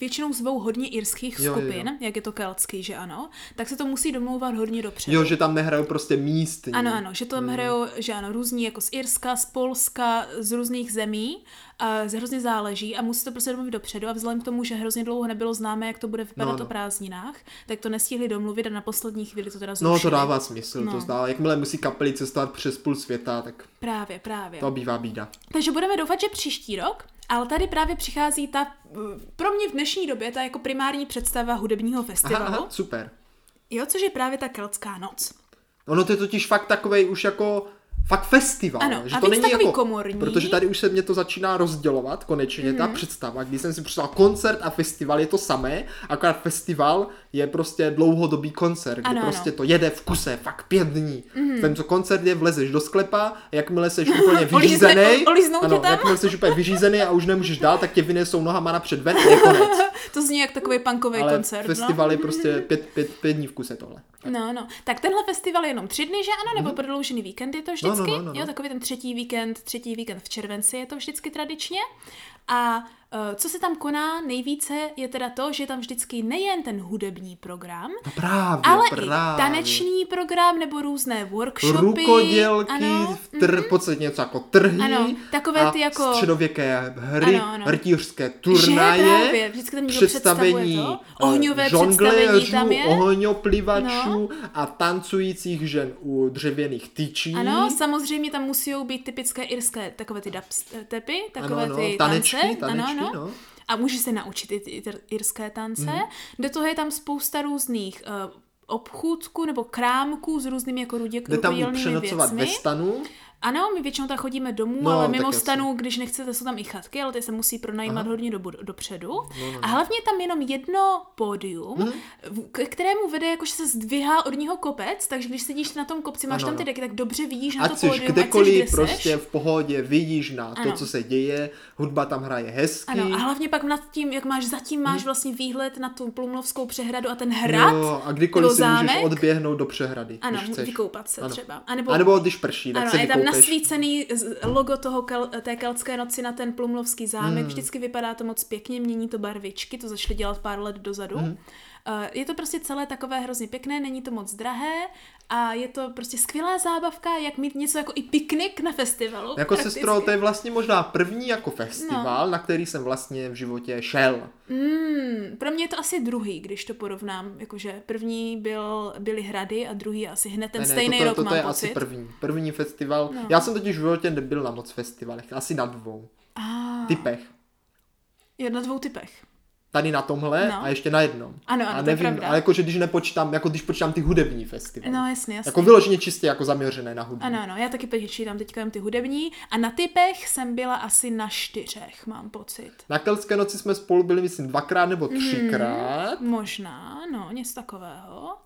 S2: většinou zvou hodně irských
S1: Jo, jo, jo.
S2: skupin, jak je to keltský, že ano, tak se to musí domlouvat hodně dopředu.
S1: Jo, že tam nehrajou prostě místní.
S2: Ano, ano, že to
S1: Hmm.
S2: tam hrajou, že ano, různí jako z Irska, z Polska, z různých zemí, a z hrozně záleží a musí to prostě domluvit dopředu a vzhledem k tomu, že hrozně dlouho nebylo známé, jak to bude vypadat
S1: No, no.
S2: o prázdninách, tak to nestihli domluvit a na poslední chvíli to teda zrušili.
S1: No, to dává smysl, no. to
S2: No.
S1: zdá. Jakmile musí kapely cestovat přes půl světa, tak
S2: Právě, právě.
S1: to bývá bída.
S2: Takže budeme doufat, že příští rok, ale tady právě přichází ta, eh, pro mě v dnešní době, ta jako primární představa hudebního
S1: Aha,
S2: festivalu,
S1: aha, super.
S2: jo, což je právě ta keltská noc.
S1: Ono to je totiž fakt takovej už jako fakt festival.
S2: Ano,
S1: že
S2: a
S1: to
S2: víc
S1: není
S2: takový
S1: jako,
S2: komorní. Mhm.
S1: Protože tady už se mě to začíná rozdělovat konečně, mm. ta představa. Když jsem si představila koncert a festival je to samé, akorát festival je prostě dlouhodobý koncert, kde
S2: Ano, Mhm. ano.
S1: prostě to jede v kuse, fakt pět dní. Mm. Ten, co koncert je, vlezeš do sklepa, a jakmile seš úplně
S2: Olízne-
S1: vyřízený,
S2: o- olíznou tě
S1: ano,
S2: tam.
S1: jakmile seš úplně vyřízený a už nemůžeš dál, tak tě vynesou nohama napřed ven a je konec.
S2: To zní jak takový punkový
S1: Ale
S2: koncert.
S1: festival je prostě pět, pět, pět dní v kuse tohle.
S2: No. no, no. Tak tenhle festival je jenom tři dny, že ano, nebo prodloužený víkend je to vždycky.
S1: Mhm. no, no, no.
S2: Jo, takový ten třetí víkend, třetí víkend v červenci je to vždycky tradičně. A eh, co se tam koná nejvíce, je teda to, že je tam vždycky nejen ten hudební program,
S1: No právě,
S2: ale i
S1: právě.
S2: taneční program nebo různé workshopy.
S1: rukodělky,
S2: ano. mhm.
S1: tr, v podstatě něco jako trhy.
S2: Ano, takové
S1: a
S2: ty jako-
S1: středověké hry,
S2: Ano, ano.
S1: rytířské
S2: Že
S1: turnaje.
S2: právě, vždycky tam někdo představuje
S1: představení
S2: to.
S1: eh,
S2: Ohňové představení tam
S1: žongléřů,
S2: je. No.
S1: ohňoplivačů a tancujících žen u dřevěných tyčí.
S2: Ano, samozřejmě tam musí být typické irské takové ty dubstepy, takové
S1: Ano, ano,
S2: ty
S1: tanečky,
S2: tance.
S1: tanečky,
S2: ano, ano.
S1: no.
S2: A může se naučit i ty ir- irské tance.
S1: Mhm.
S2: Do toho je tam spousta různých uh, obchůdků nebo krámků s různými jako ruděk,
S1: Jde tam i
S2: rukodělnými
S1: přenocovat
S2: věcmi.
S1: ve stanu.
S2: Ano, my většinou tam chodíme domů,
S1: No,
S2: no, ale
S1: tak
S2: mimo
S1: jasně.
S2: stanu, když nechcete, jsou tam i chatky, ale ty se musí pronajímat
S1: Aha.
S2: hodně do, dopředu. No, no. A hlavně je tam jenom jedno pódium,
S1: Mhm.
S2: v- k kterému vede, jakože se zdvihá od něho kopec, takže když sedíš na tom kopci, máš
S1: Ano,
S2: tam ty
S1: ano.
S2: deky, tak dobře vidíš na to
S1: Ať jsi
S2: pódium, ať
S1: kdekoliv,
S2: jsi, kde
S1: prostě
S2: seš.
S1: v pohodě, vidíš na to,
S2: Ano.
S1: co se děje, hudba tam hraje hezky. No,
S2: Ano, a hlavně pak nad tím, jak máš zatím, máš vlastně výhled na tu plumlovskou přehradu a ten hrad,
S1: Mhm. Jo, a kdykoliv
S2: nebo
S1: si můžeš
S2: zámek.
S1: odběhnout do přehrady,
S2: Ano,
S1: když chceš.
S2: vykoupat se
S1: Ano.
S2: třeba. A
S1: Nebo,
S2: nebo,
S1: a nebo když prší, tak
S2: ano,
S1: se
S2: a je tam
S1: vykoupeš.
S2: nasvícený z- logo toho kel, té keltské noci na ten plumlovský zámek. Hmm. Vždycky vypadá to moc pěkně, mění to barvičky, to začali dělat pár let dozadu. Hmm. Je to prostě celé takové hrozně pěkné, není to moc drahé a je to prostě skvělá zábavka, jak mít něco jako i piknik na festivalu.
S1: Jako
S2: prakticky. No.
S1: sestro, to je vlastně možná první jako festival, na který jsem vlastně v životě šel.
S2: Hmm, pro mě je to asi druhý, když to porovnám. Jakože první byl, byly hrady a druhý je asi hned ten ne, stejný
S1: to, to,
S2: rok,
S1: to, to
S2: mám
S1: je
S2: pocit.
S1: asi první. První festival.
S2: No.
S1: No. Já jsem totiž v životě nebyl na moc festivalech, asi na dvou.
S2: Ah,
S1: Typech.
S2: je na dvou typech.
S1: Tady na tomhle
S2: No.
S1: no. a ještě na jednom.
S2: Ano, ano,
S1: a
S2: to je
S1: nevím,
S2: pravda.
S1: ale jakože když nepočítám, jako když počítám ty hudební festivaly.
S2: No jasně, jasně.
S1: jako vyloženě čistě jako zaměřené na hudbu.
S2: Ano, ano, já taky počítám teďka jen ty hudební a na typech jsem byla asi na čtyřech, mám pocit.
S1: Na Keltské noci jsme spolu byli, myslím, dvakrát nebo
S2: Mhm.
S1: třikrát.
S2: Možná, no, něco takového.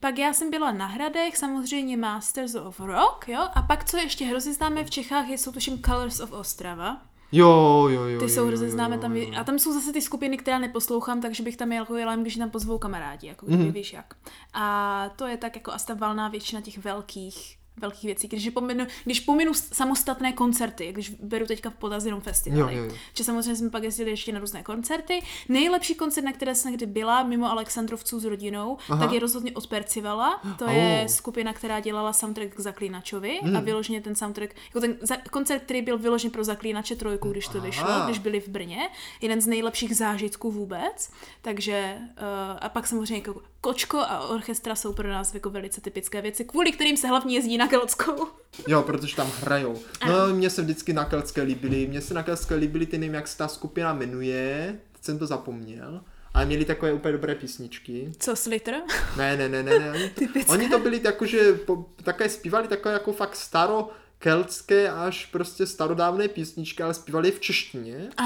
S2: Pak já jsem byla na Hradech, samozřejmě Masters of Rock, jo, a pak co ještě hrozně známe v Čechách, je, jsou tuším Colors of Ostrava.
S1: Jo, jo, jo.
S2: Ty
S1: jo,
S2: jsou
S1: jo,
S2: hrozně
S1: jo,
S2: známe
S1: jo,
S2: tam.
S1: jo.
S2: je- A tam jsou zase ty skupiny, které neposlouchám, takže bych tam jel jela, když tam pozvou kamarádi, jako
S1: Mhm.
S2: kdyby, víš jak. A to je tak jako asi ta valná většina těch velkých velkých věcí. Když, je pominu, když pominu s- samostatné koncerty, když beru teďka v potaz jenom festivaly.
S1: Jo, jo, jo.
S2: Že samozřejmě jsme pak jezdili ještě na různé koncerty. Nejlepší koncert, na které jsem kdy byla, mimo Alexandrovců s rodinou, Aha.
S1: Aha.
S2: tak je rozhodně od Percivala. To je
S1: Oh.
S2: skupina, která dělala soundtrack k Zaklínačovi a
S1: Mhm.
S2: vyloženě ten soundtrack, jako ten za- koncert, který byl vyložen pro Zaklínače trojku, když to
S1: Aha.
S2: vyšlo, když byli v Brně. Jeden z nejlepších zážitků vůbec. Takže eh, a pak samozřejmě jako kočko a orchestra jsou pro nás jako velice typické věci, kvůli kterým se hlavně jezdí na Kelockou.
S1: Jo, protože tam hrajou. No, mně se vždycky na Keltské líbily. Mně se na Keltské líbily, ty nevím, jak se ta skupina jmenuje. Teď jsem to zapomněl. Ale měli takové úplně dobré písničky.
S2: Co slitr?
S1: Ne, ne, ne, ne, ne. Oni to,
S2: Typické.
S1: oni to byli jakože, po- také zpívali takové jako fakt staro keltské až prostě starodávné písničky, ale zpívali v češtině.
S2: A,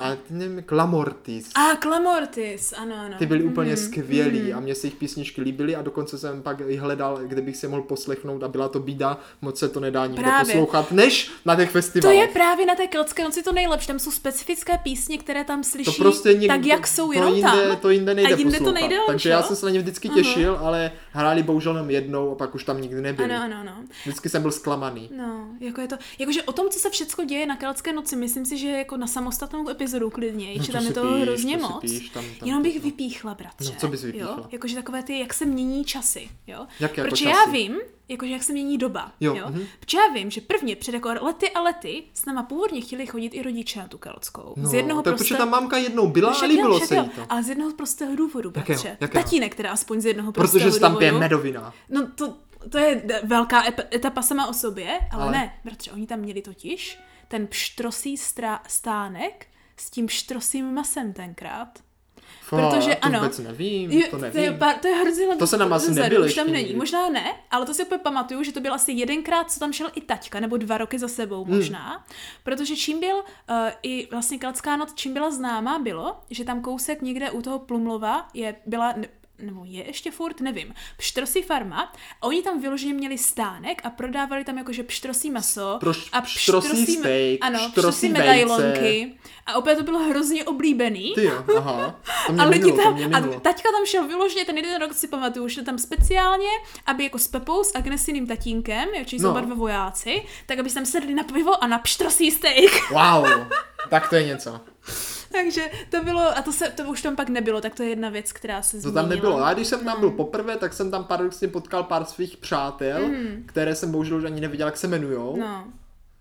S1: A ty nevím, Klamortis.
S2: a Clamortis, ano, ano.
S1: Ty byly úplně
S2: mhm.
S1: skvělý a mně se jich písničky líbily a dokonce jsem pak i hledal, kde bych si mohl poslechnout a byla to bída, moc se to nedá nikde
S2: Právě.
S1: poslouchat, než na těch
S2: To
S1: festivalech.
S2: je právě na té keltské noci to nejlepší. Tam jsou specifické písně, které tam slyší,
S1: to prostě nikdy,
S2: tak jak jsou
S1: to
S2: jenom
S1: jinde,
S2: tam.
S1: To jinde nejde
S2: a jinde
S1: poslouchat.
S2: to nejde už,
S1: Takže
S2: jo?
S1: já jsem se na ně vždycky těšil, ale hráli bohužel jenom jednou a pak už tam nikdy nebyli.
S2: Ano, ano, ano.
S1: Vždycky jsem byl zklamaný.
S2: No, jako je to, jakože o tom, co se všechno děje na Keltské noci, myslím si, že jako na samostatnou epizodu klidně, no,
S1: to
S2: tam je
S1: si
S2: toho
S1: píš,
S2: hrozně
S1: to si
S2: moc.
S1: píš, tam- tam
S2: Jenom
S1: to-
S2: bych
S1: no.
S2: vypíchla, bratře.
S1: No, co bys
S2: Jo?
S1: vypíchla?
S2: Jakože takové ty, jak se mění časy, jo.
S1: Jak jako
S2: Protože
S1: časy?
S2: já vím, jakože jak se mění doba,
S1: Jo,
S2: jo.
S1: mhm.
S2: Protože já vím, že prvně před jako lety a lety s náma původně chtěli chodit i rodiče na tu Keltskou.
S1: No,
S2: z jednoho
S1: tak
S2: prostě...
S1: protože tam mámka jednou byla a
S2: Však jo,
S1: líbilo
S2: však
S1: se
S2: jo,
S1: jí to.
S2: Ale z jednoho prostého důvodu,
S1: Jakého?
S2: bratře.
S1: Jakého?
S2: Tatínek, teda aspoň z jednoho prostého
S1: Protože se tam pije
S2: důvodu.
S1: medovina.
S2: No to, to je d- velká ep- etapa sama o sobě, ale, ale
S1: Ale-
S2: ne, bratře, oni tam měli totiž ten pštrosí stra- stánek s tím pštrosím masem tenkrát. Protože
S1: to
S2: ano.
S1: vůbec nevím,
S2: Jo,
S1: to nevím.
S2: To je, pár, to je hrozně
S1: To se nám asi
S2: vzadu,
S1: nebylo
S2: Už tam
S1: ještě
S2: není,
S1: nikdy.
S2: možná ne, ale to si úplně pamatuju, že to byl asi jedenkrát, co tam šel i taťka, nebo dva roky za sebou
S1: Hmm.
S2: možná. Protože čím byl uh, i vlastně Kalcká noc, čím byla známá, bylo, že tam kousek někde u toho Plumlova je, byla ne- nebo je ještě furt, nevím, pštrosí farma a oni tam vyloženě měli stánek a prodávali tam jakože pštrosí maso
S1: Pro-
S2: a
S1: pštrosí
S2: me-
S1: steak,
S2: ano,
S1: pštrosí
S2: pštrosí
S1: vejce.
S2: medailonky a opět to bylo hrozně oblíbený.
S1: Ty jo, aha. To mě
S2: A lidi
S1: minulo, to
S2: tam,
S1: mě
S2: a
S1: minulo.
S2: taťka tam šel vyloženě, ten jeden rok si pamatuju, šel tam speciálně, aby jako s Pepou, s Agnesiným tatínkem, jo, či jsou
S1: No.
S2: oba dva vojáci, tak aby se tam sedli na pivo a na pštrosí steak.
S1: Wow, tak to je něco.
S2: Takže to bylo, a to, se, to už tam pak nebylo, tak to je jedna věc, která se
S1: To
S2: změnila.
S1: tam nebylo. Já když jsem tam byl poprvé, tak jsem tam paradoxně potkal pár svých přátel, mm. které jsem bohužel už ani neviděl, jak se jmenujou.
S2: No.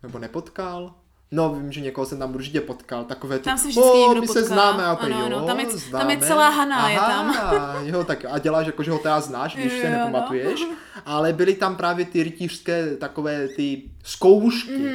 S1: Nebo nepotkal. No, vím, že někoho jsem tam určitě potkal. Takové ty,
S2: Tam se vždycky
S1: "O,
S2: někdo
S1: my se
S2: potká."
S1: známe, jako
S2: Ano,
S1: jo,
S2: ano, tam je- tam je
S1: známe.
S2: celá Hana, je
S1: Aha, jo, tak a děláš jako, že ho teda znáš, když
S2: Jo,
S1: se
S2: jo, no.
S1: nepamatuješ. Ale byly tam právě ty rytířské takové ty zkoušky.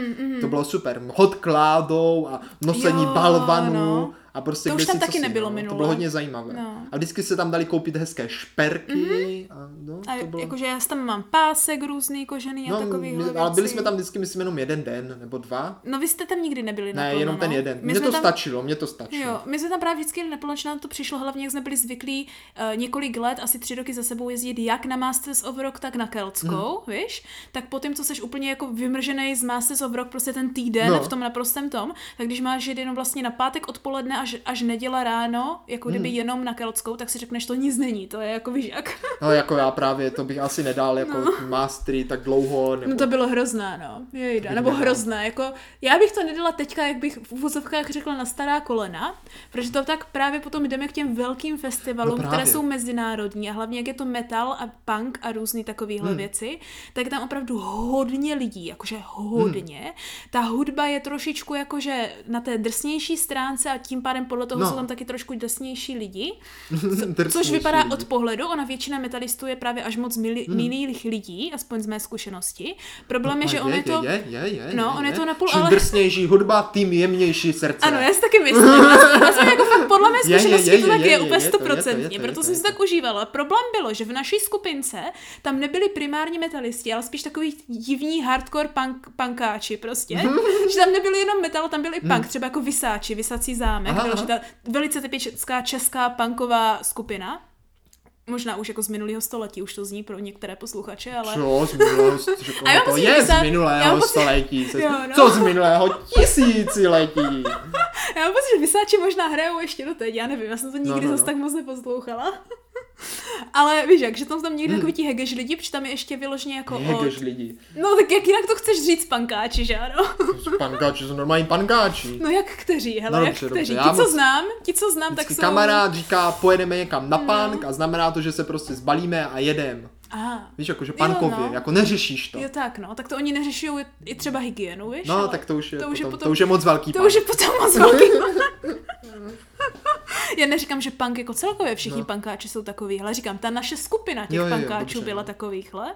S1: To bylo super. Hod kládou a nosení
S2: Mhm, Jo,
S1: balvanů.
S2: no.
S1: A prostě
S2: To už
S1: kdesi
S2: tam taky
S1: cosi, no.
S2: nebylo
S1: To
S2: minule.
S1: bylo hodně zajímavé.
S2: No. Mhm.
S1: A vždycky se tam dali koupit hezké šperky. A, no,
S2: A jako
S1: to bylo...
S2: jakože já tam mám pásek různý, kožený a
S1: No,
S2: takový.
S1: my, ale byli jsme tam vždycky, myslím, jenom jeden den nebo dva.
S2: No vy jste tam nikdy nebyli
S1: Ne,
S2: naplno,
S1: jenom ten
S2: no.
S1: jeden.
S2: My
S1: Mně
S2: jsme
S1: to
S2: tam,
S1: stačilo, mně to stačilo.
S2: Jo, my jsme tam právě vždycky neplno, že nám to přišlo, hlavně jak jsme byli zvyklí uh, několik let, asi tři roky za sebou jezdit jak na Masters of Rock, tak na Keltskou, mm. víš? Tak po tom, co seš úplně jako vymržený z Masters of Rock prostě ten týden
S1: No.
S2: no. v tom naprostém tom, tak když máš jít jenom vlastně na pátek odpoledne až, až neděle ráno, jako kdyby jenom na Keltskou, tak si řekneš, to nic není, to je jako víš jak.
S1: No, jako já právě, to bych asi nedal jako no. mastery tak dlouho. Nebo...
S2: No to bylo hrozné, no. Jejda, nebo
S1: nedala.
S2: hrozné, jako já bych to nedala teďka, jak bych v úvozovkách řekla na stará kolena, protože to tak právě potom jdeme k těm velkým
S1: No
S2: festivalům, no
S1: právě.
S2: které jsou mezinárodní a hlavně jak je to metal a punk a různý takovéhle hmm. věci, tak je tam opravdu hodně lidí, jakože hodně. Hmm. Ta hudba je trošičku jakože na té drsnější stránce a tím pádem podle toho
S1: No.
S2: no. jsou tam taky trošku drsnější lidi. Což
S1: Drsnější
S2: vypadá
S1: lidi.
S2: od pohledu, ona většina metalistů je právě až moc mili- milých lidí, aspoň z mé zkušenosti. Problém je, že on No, je to...
S1: Je, je, je,
S2: no,
S1: je,
S2: on je to napůl,
S1: Čím
S2: ale-
S1: drsnější hudba, tím jemnější srdce.
S2: Ano, já si taky myslím. Já jsem jako fakt podle mé
S1: Je, je, je,
S2: zkušenosti
S1: je,
S2: to tak
S1: je, je, je, je, je,
S2: je
S1: je,
S2: úplně
S1: je, je,
S2: stoprocentně,
S1: je,
S2: proto
S1: je,
S2: jsem
S1: je.
S2: si to tak užívala. Problém bylo, že v naší skupince tam nebyli primárně metalisti, ale spíš takový divní hardcore punk, punkáči prostě.
S1: Mhm.
S2: že tam nebyli jenom metal, tam byli punk, třeba jako Vysáči, Vysací zámek,
S1: Aha,
S2: další
S1: aha.
S2: ta velice typická česká punková skupina. Možná už jako z minulého století, už to zní pro některé posluchače, ale...
S1: Co z minulého st-
S2: A já
S1: řekl, to
S2: musím
S1: je
S2: vysát-
S1: z
S2: já
S1: minulého
S2: musím-
S1: století. se-
S2: Jo, no.
S1: Co z minulého tisíciletí.
S2: Já mám pocit, že vysáči možná hrajou ještě doteď, já nevím, já jsem to nikdy no,
S1: no,
S2: no,
S1: no.
S2: zase tak moc neposlouchala. Ale víš jak, že tam jsou tam
S1: Hmm.
S2: někdy takový ti hegež lidi, protože tam je ještě vyloženě jako
S1: Hegež
S2: od...
S1: lidi.
S2: No tak jak jinak to chceš říct pankáči, že ano?
S1: Pankáči jsou normální pankáči.
S2: No jak kteří, hele,
S1: No
S2: jak
S1: dobře,
S2: kteří.
S1: dobře, já
S2: ti, co
S1: moc-
S2: znám, ti, co znám, tak
S1: Vždycky
S2: jsou... No.
S1: kamarád říká, pojedeme někam na punk a znamená to, že se prostě zbalíme a jedem.
S2: Aha.
S1: Víš, jakože pankově,
S2: no.
S1: jako neřešíš to.
S2: Jo tak no, tak to oni neřeší i třeba hygienu, víš?
S1: No,
S2: ale
S1: tak to už je,
S2: to už je
S1: potom,
S2: potom-
S1: to už je moc velký
S2: To
S1: punk.
S2: už je potom moc
S1: No.
S2: velký Já neříkám, že punk jako celkově všichni
S1: No.
S2: no. pankáči jsou takovýhle. Říkám, ta naše skupina těch
S1: Jo,
S2: jo,
S1: jo, jo,
S2: pankáčů
S1: dobře,
S2: byla
S1: no.
S2: takovýchhle.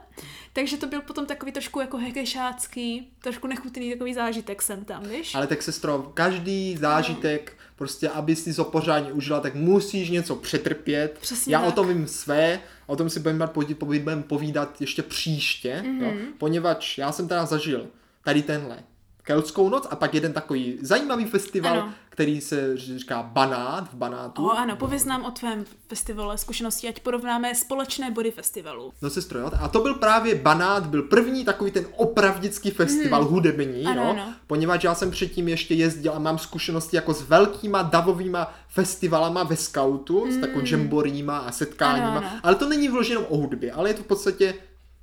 S2: Takže to byl potom takový trošku jako hekešácký, trošku nechutný takový zážitek jsem tam, víš?
S1: Ale tak sestro, každý zážitek, prostě aby si to pořádně užila, tak musíš něco přetrpět.
S2: Přesně
S1: Já o
S2: tak.
S1: tom vím své, o tom si budeme povídat, budeme povídat ještě příště, mm-hmm. jo,
S2: Mhm.
S1: poněvadž já jsem teda zažil tady tenhle Keltskou noc a pak jeden takový zajímavý festival, ano.
S2: Ano.
S1: který se říká Banát v Banátu.
S2: O, ano, pověz nám o tvém festivale zkušenosti, ať porovnáme společné body festivalu.
S1: No sestro, jo. A to byl právě Banát, byl první takový ten opravdický festival hmm. hudební,
S2: Mhm. Ano,
S1: jo.
S2: ano.
S1: Poněvadž já jsem předtím ještě jezdil a mám zkušenosti jako s velkýma davovýma festivalama ve scoutu, s takovou jamboríma a setkáníma.
S2: Hmm. Ano, ano.
S1: Ale to není vloženo o hudbě, ale je to v podstatě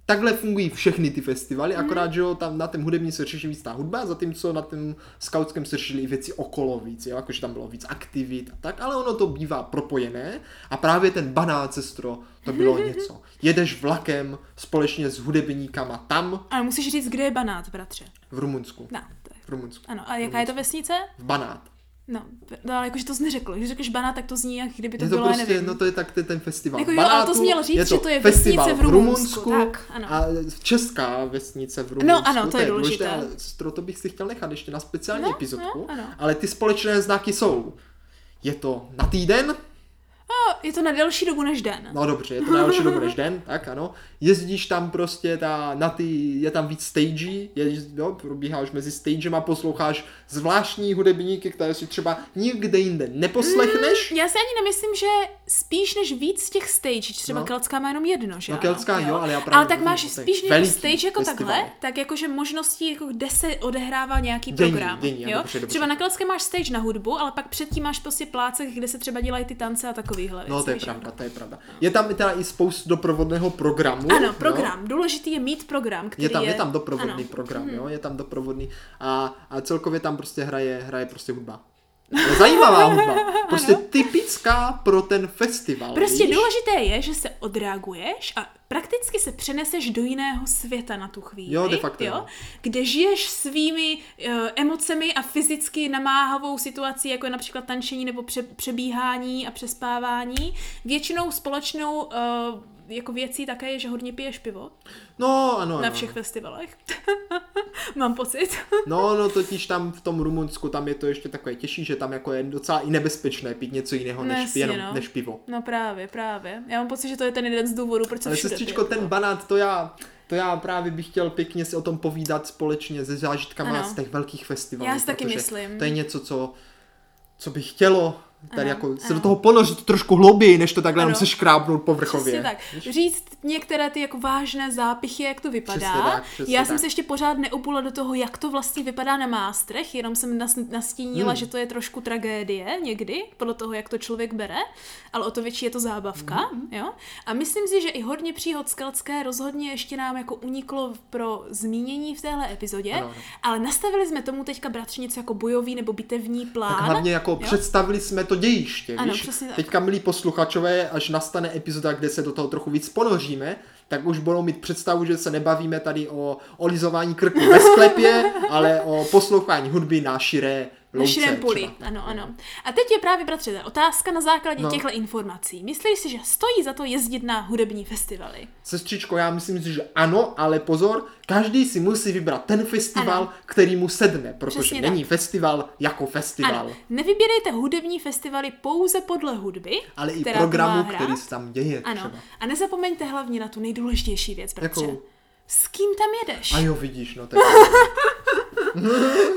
S1: Takhle fungují všechny ty festivaly,
S2: Hmm.
S1: akorát, že jo, tam na tom hudební se řeší víc ta hudba, zatímco na tom skautském se řešily i věci okolo víc, jo, jakože tam bylo víc aktivit a tak, ale ono to bývá propojené a právě ten banán, sestro, to bylo něco. Jedeš vlakem společně s hudebníkama tam
S2: Ale musíš říct, kde je banát, bratře.
S1: v Rumunsku.
S2: No, to je.
S1: V Rumunsku.
S2: Ano, a jaká je to vesnice?
S1: V banát.
S2: No, no ale jakože to jsi neřekl. Když řekneš banát, tak to zní, jak kdyby to,
S1: je to
S2: bylo,
S1: prostě,
S2: nevím.
S1: no to je tak ten, ten festival.
S2: Jako
S1: v
S2: jo, ale to
S1: Banátu,
S2: jsi měl říct, že to je
S1: festival
S2: vesnice v Rumunsku, tak, ano. No,
S1: A česká vesnice v Rumunsku.
S2: ano, to je důležité.
S1: ale stro, to bych si chtěl nechat ještě na speciální
S2: No,
S1: epizodku.
S2: no, ano.
S1: Ale ty společné znaky jsou. Je to na týden,
S2: No, je to na delší dobu než den.
S1: No dobře, je to na další dobu než den, tak ano. Jezdíš tam prostě ta, na ty, je tam víc stagí, jezdíš, jo, probíháš mezi stagem a posloucháš zvláštní hudebníky, které si třeba nikde jinde neposlechneš.
S2: Já si ani nemyslím, že spíš než víc těch stage, třeba no.
S1: No.
S2: Keltská má jenom jedno, že
S1: No
S2: ano?
S1: Keltská jo, ale já právě
S2: Ale tak
S1: mluvím
S2: máš
S1: o těch
S2: spíš než
S1: velikých
S2: stage jako
S1: festivalech.
S2: takhle, tak jakože možností, jako kde se odehrává nějaký
S1: Dění,
S2: program.
S1: dění, ano,
S2: jo?
S1: dobře, dobře.
S2: třeba na Keltské máš stage na hudbu, ale pak předtím máš prostě plácek, kde se třeba dělají ty tance a takovýhle
S1: No,
S2: věci,
S1: to je
S2: že?
S1: pravda, to je pravda. Je tam i teda i spoustu doprovodného programu.
S2: Ano,
S1: jo.
S2: program. Důležitý je mít program, který
S1: No. Je tam, je tam doprovodný
S2: ano. Mhm.
S1: program, jo, je tam doprovodný a, a celkově tam prostě hraje, hraje prostě hudba. Ale Zajímavá hudba. Prostě typická pro ten festival.
S2: Prostě
S1: víš?
S2: důležité je, že se odreaguješ a prakticky se přeneseš do jiného světa na tu chvíli,
S1: Jo, de facto
S2: jo?
S1: jo.
S2: kde žiješ svými uh, emocemi a fyzicky namáhavou situací, jako je například tančení nebo pře- přebíhání a přespávání. Většinou společnou uh, jako věcí také je, že hodně piješ pivo
S1: No, ano,
S2: na
S1: ano.
S2: všech festivalech. Mám pocit.
S1: No, no, totiž tam v tom Rumunsku, tam je to ještě takové těžší, že tam jako je docela i nebezpečné pít něco jiného než,
S2: Jasně,
S1: jenom,
S2: no.
S1: než pivo.
S2: No právě, právě. Já mám pocit, že to je ten jeden z důvodů, proč se
S1: Ale
S2: všude
S1: sestřičko,
S2: pije
S1: ten
S2: pivo.
S1: banát, to já, to já právě bych chtěl pěkně si o tom povídat společně se zážitkama
S2: Ano.
S1: z těch velkých festivalů.
S2: Já si taky
S1: protože
S2: myslím.
S1: To je něco, co, co bych chtělo tady
S2: Ano,
S1: jako se
S2: ano.
S1: do toho ponořit trošku hlouběji, než to takhle
S2: Ano.
S1: jenom seškrábnout
S2: Přesně
S1: povrchově.
S2: tak. Říct některé ty jako vážné zápichy, jak to vypadá.
S1: Přesně tak, přesně
S2: Já jsem
S1: tak.
S2: se ještě pořád neupula do toho, jak to vlastně vypadá na mástrech, jenom jsem nas, nastínila,
S1: Hmm.
S2: že to je trošku tragédie někdy, podle toho, jak to člověk bere, ale o to větší je to zábavka.
S1: Hmm.
S2: Jo? A myslím si, že i hodně příhod skalské rozhodně ještě nám jako uniklo pro zmínění v téhle epizodě,
S1: Ano, ano.
S2: ale nastavili jsme tomu teďka bratři něco jako bojový nebo bitevní plán.
S1: Tak hlavně jako jo? představili jsme to dějiště,
S2: Ano,
S1: víš?
S2: přesně tak.
S1: Teďka, milí posluchačové, až nastane epizoda, kde se do toho trochu víc ponoříme, tak už budou mít představu, že se nebavíme tady o olizování krku ve sklepě, ale o poslouchání hudby na širé
S2: Na
S1: louce.
S2: širém poli,
S1: třeba.
S2: ano, ano. A teď je právě, bratře, ta otázka na základě no.
S1: No.
S2: těchto informací. Myslíš si, že stojí za to jezdit na hudební festivaly?
S1: Sestřičko, já myslím si, že ano, ale pozor, každý si musí vybrat ten festival,
S2: Ano.
S1: ano. který mu sedne, protože
S2: Přesně
S1: není festival jako festival,
S2: Ano. Nevybírejte hudební festivaly pouze podle hudby,
S1: ale i
S2: která tu má
S1: programu,
S2: hrát.
S1: který se tam děje.
S2: Ano.
S1: Třeba.
S2: A nezapomeňte hlavně na tu nejdůležitější věc, bratře.
S1: Jakou?
S2: S kým tam jedeš?
S1: A jo, vidíš, no tak.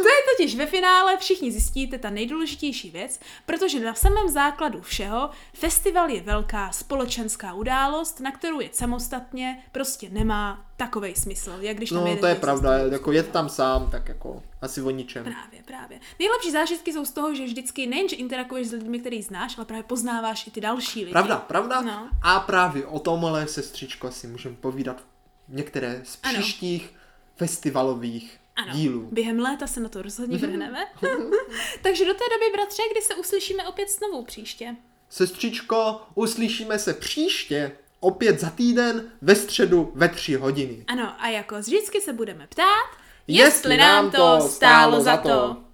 S2: To je totiž ve finále všichni zjistíte ta nejdůležitější věc, protože na samém základu všeho festival je velká společenská událost, na kterou je samostatně prostě nemá takovej smysl, jak když tam
S1: No,
S2: jedete
S1: to je
S2: s-
S1: pravda, jako je tam sám, tak jako asi o ničem.
S2: Právě, právě. Nejlepší zážitky jsou z toho, že vždycky nejenže interakuješ s lidmi, který znáš, ale právě poznáváš i ty další lidi.
S1: Pravda, pravda.
S2: No.
S1: A právě o tomhle, sestřičko, si můžeme povídat některé z
S2: Ano.
S1: příštích festivalových
S2: Ano,
S1: dílů.
S2: během léta se na to rozhodně
S1: Mhm.
S2: vrhneme. Takže do té doby, bratře, kdy se uslyšíme opět znovu příště.
S1: Sestřičko, uslyšíme se příště, opět za týden, ve středu ve tři hodiny.
S2: Ano, a jako vždycky se budeme ptát,
S1: Jestli nám to stálo za to.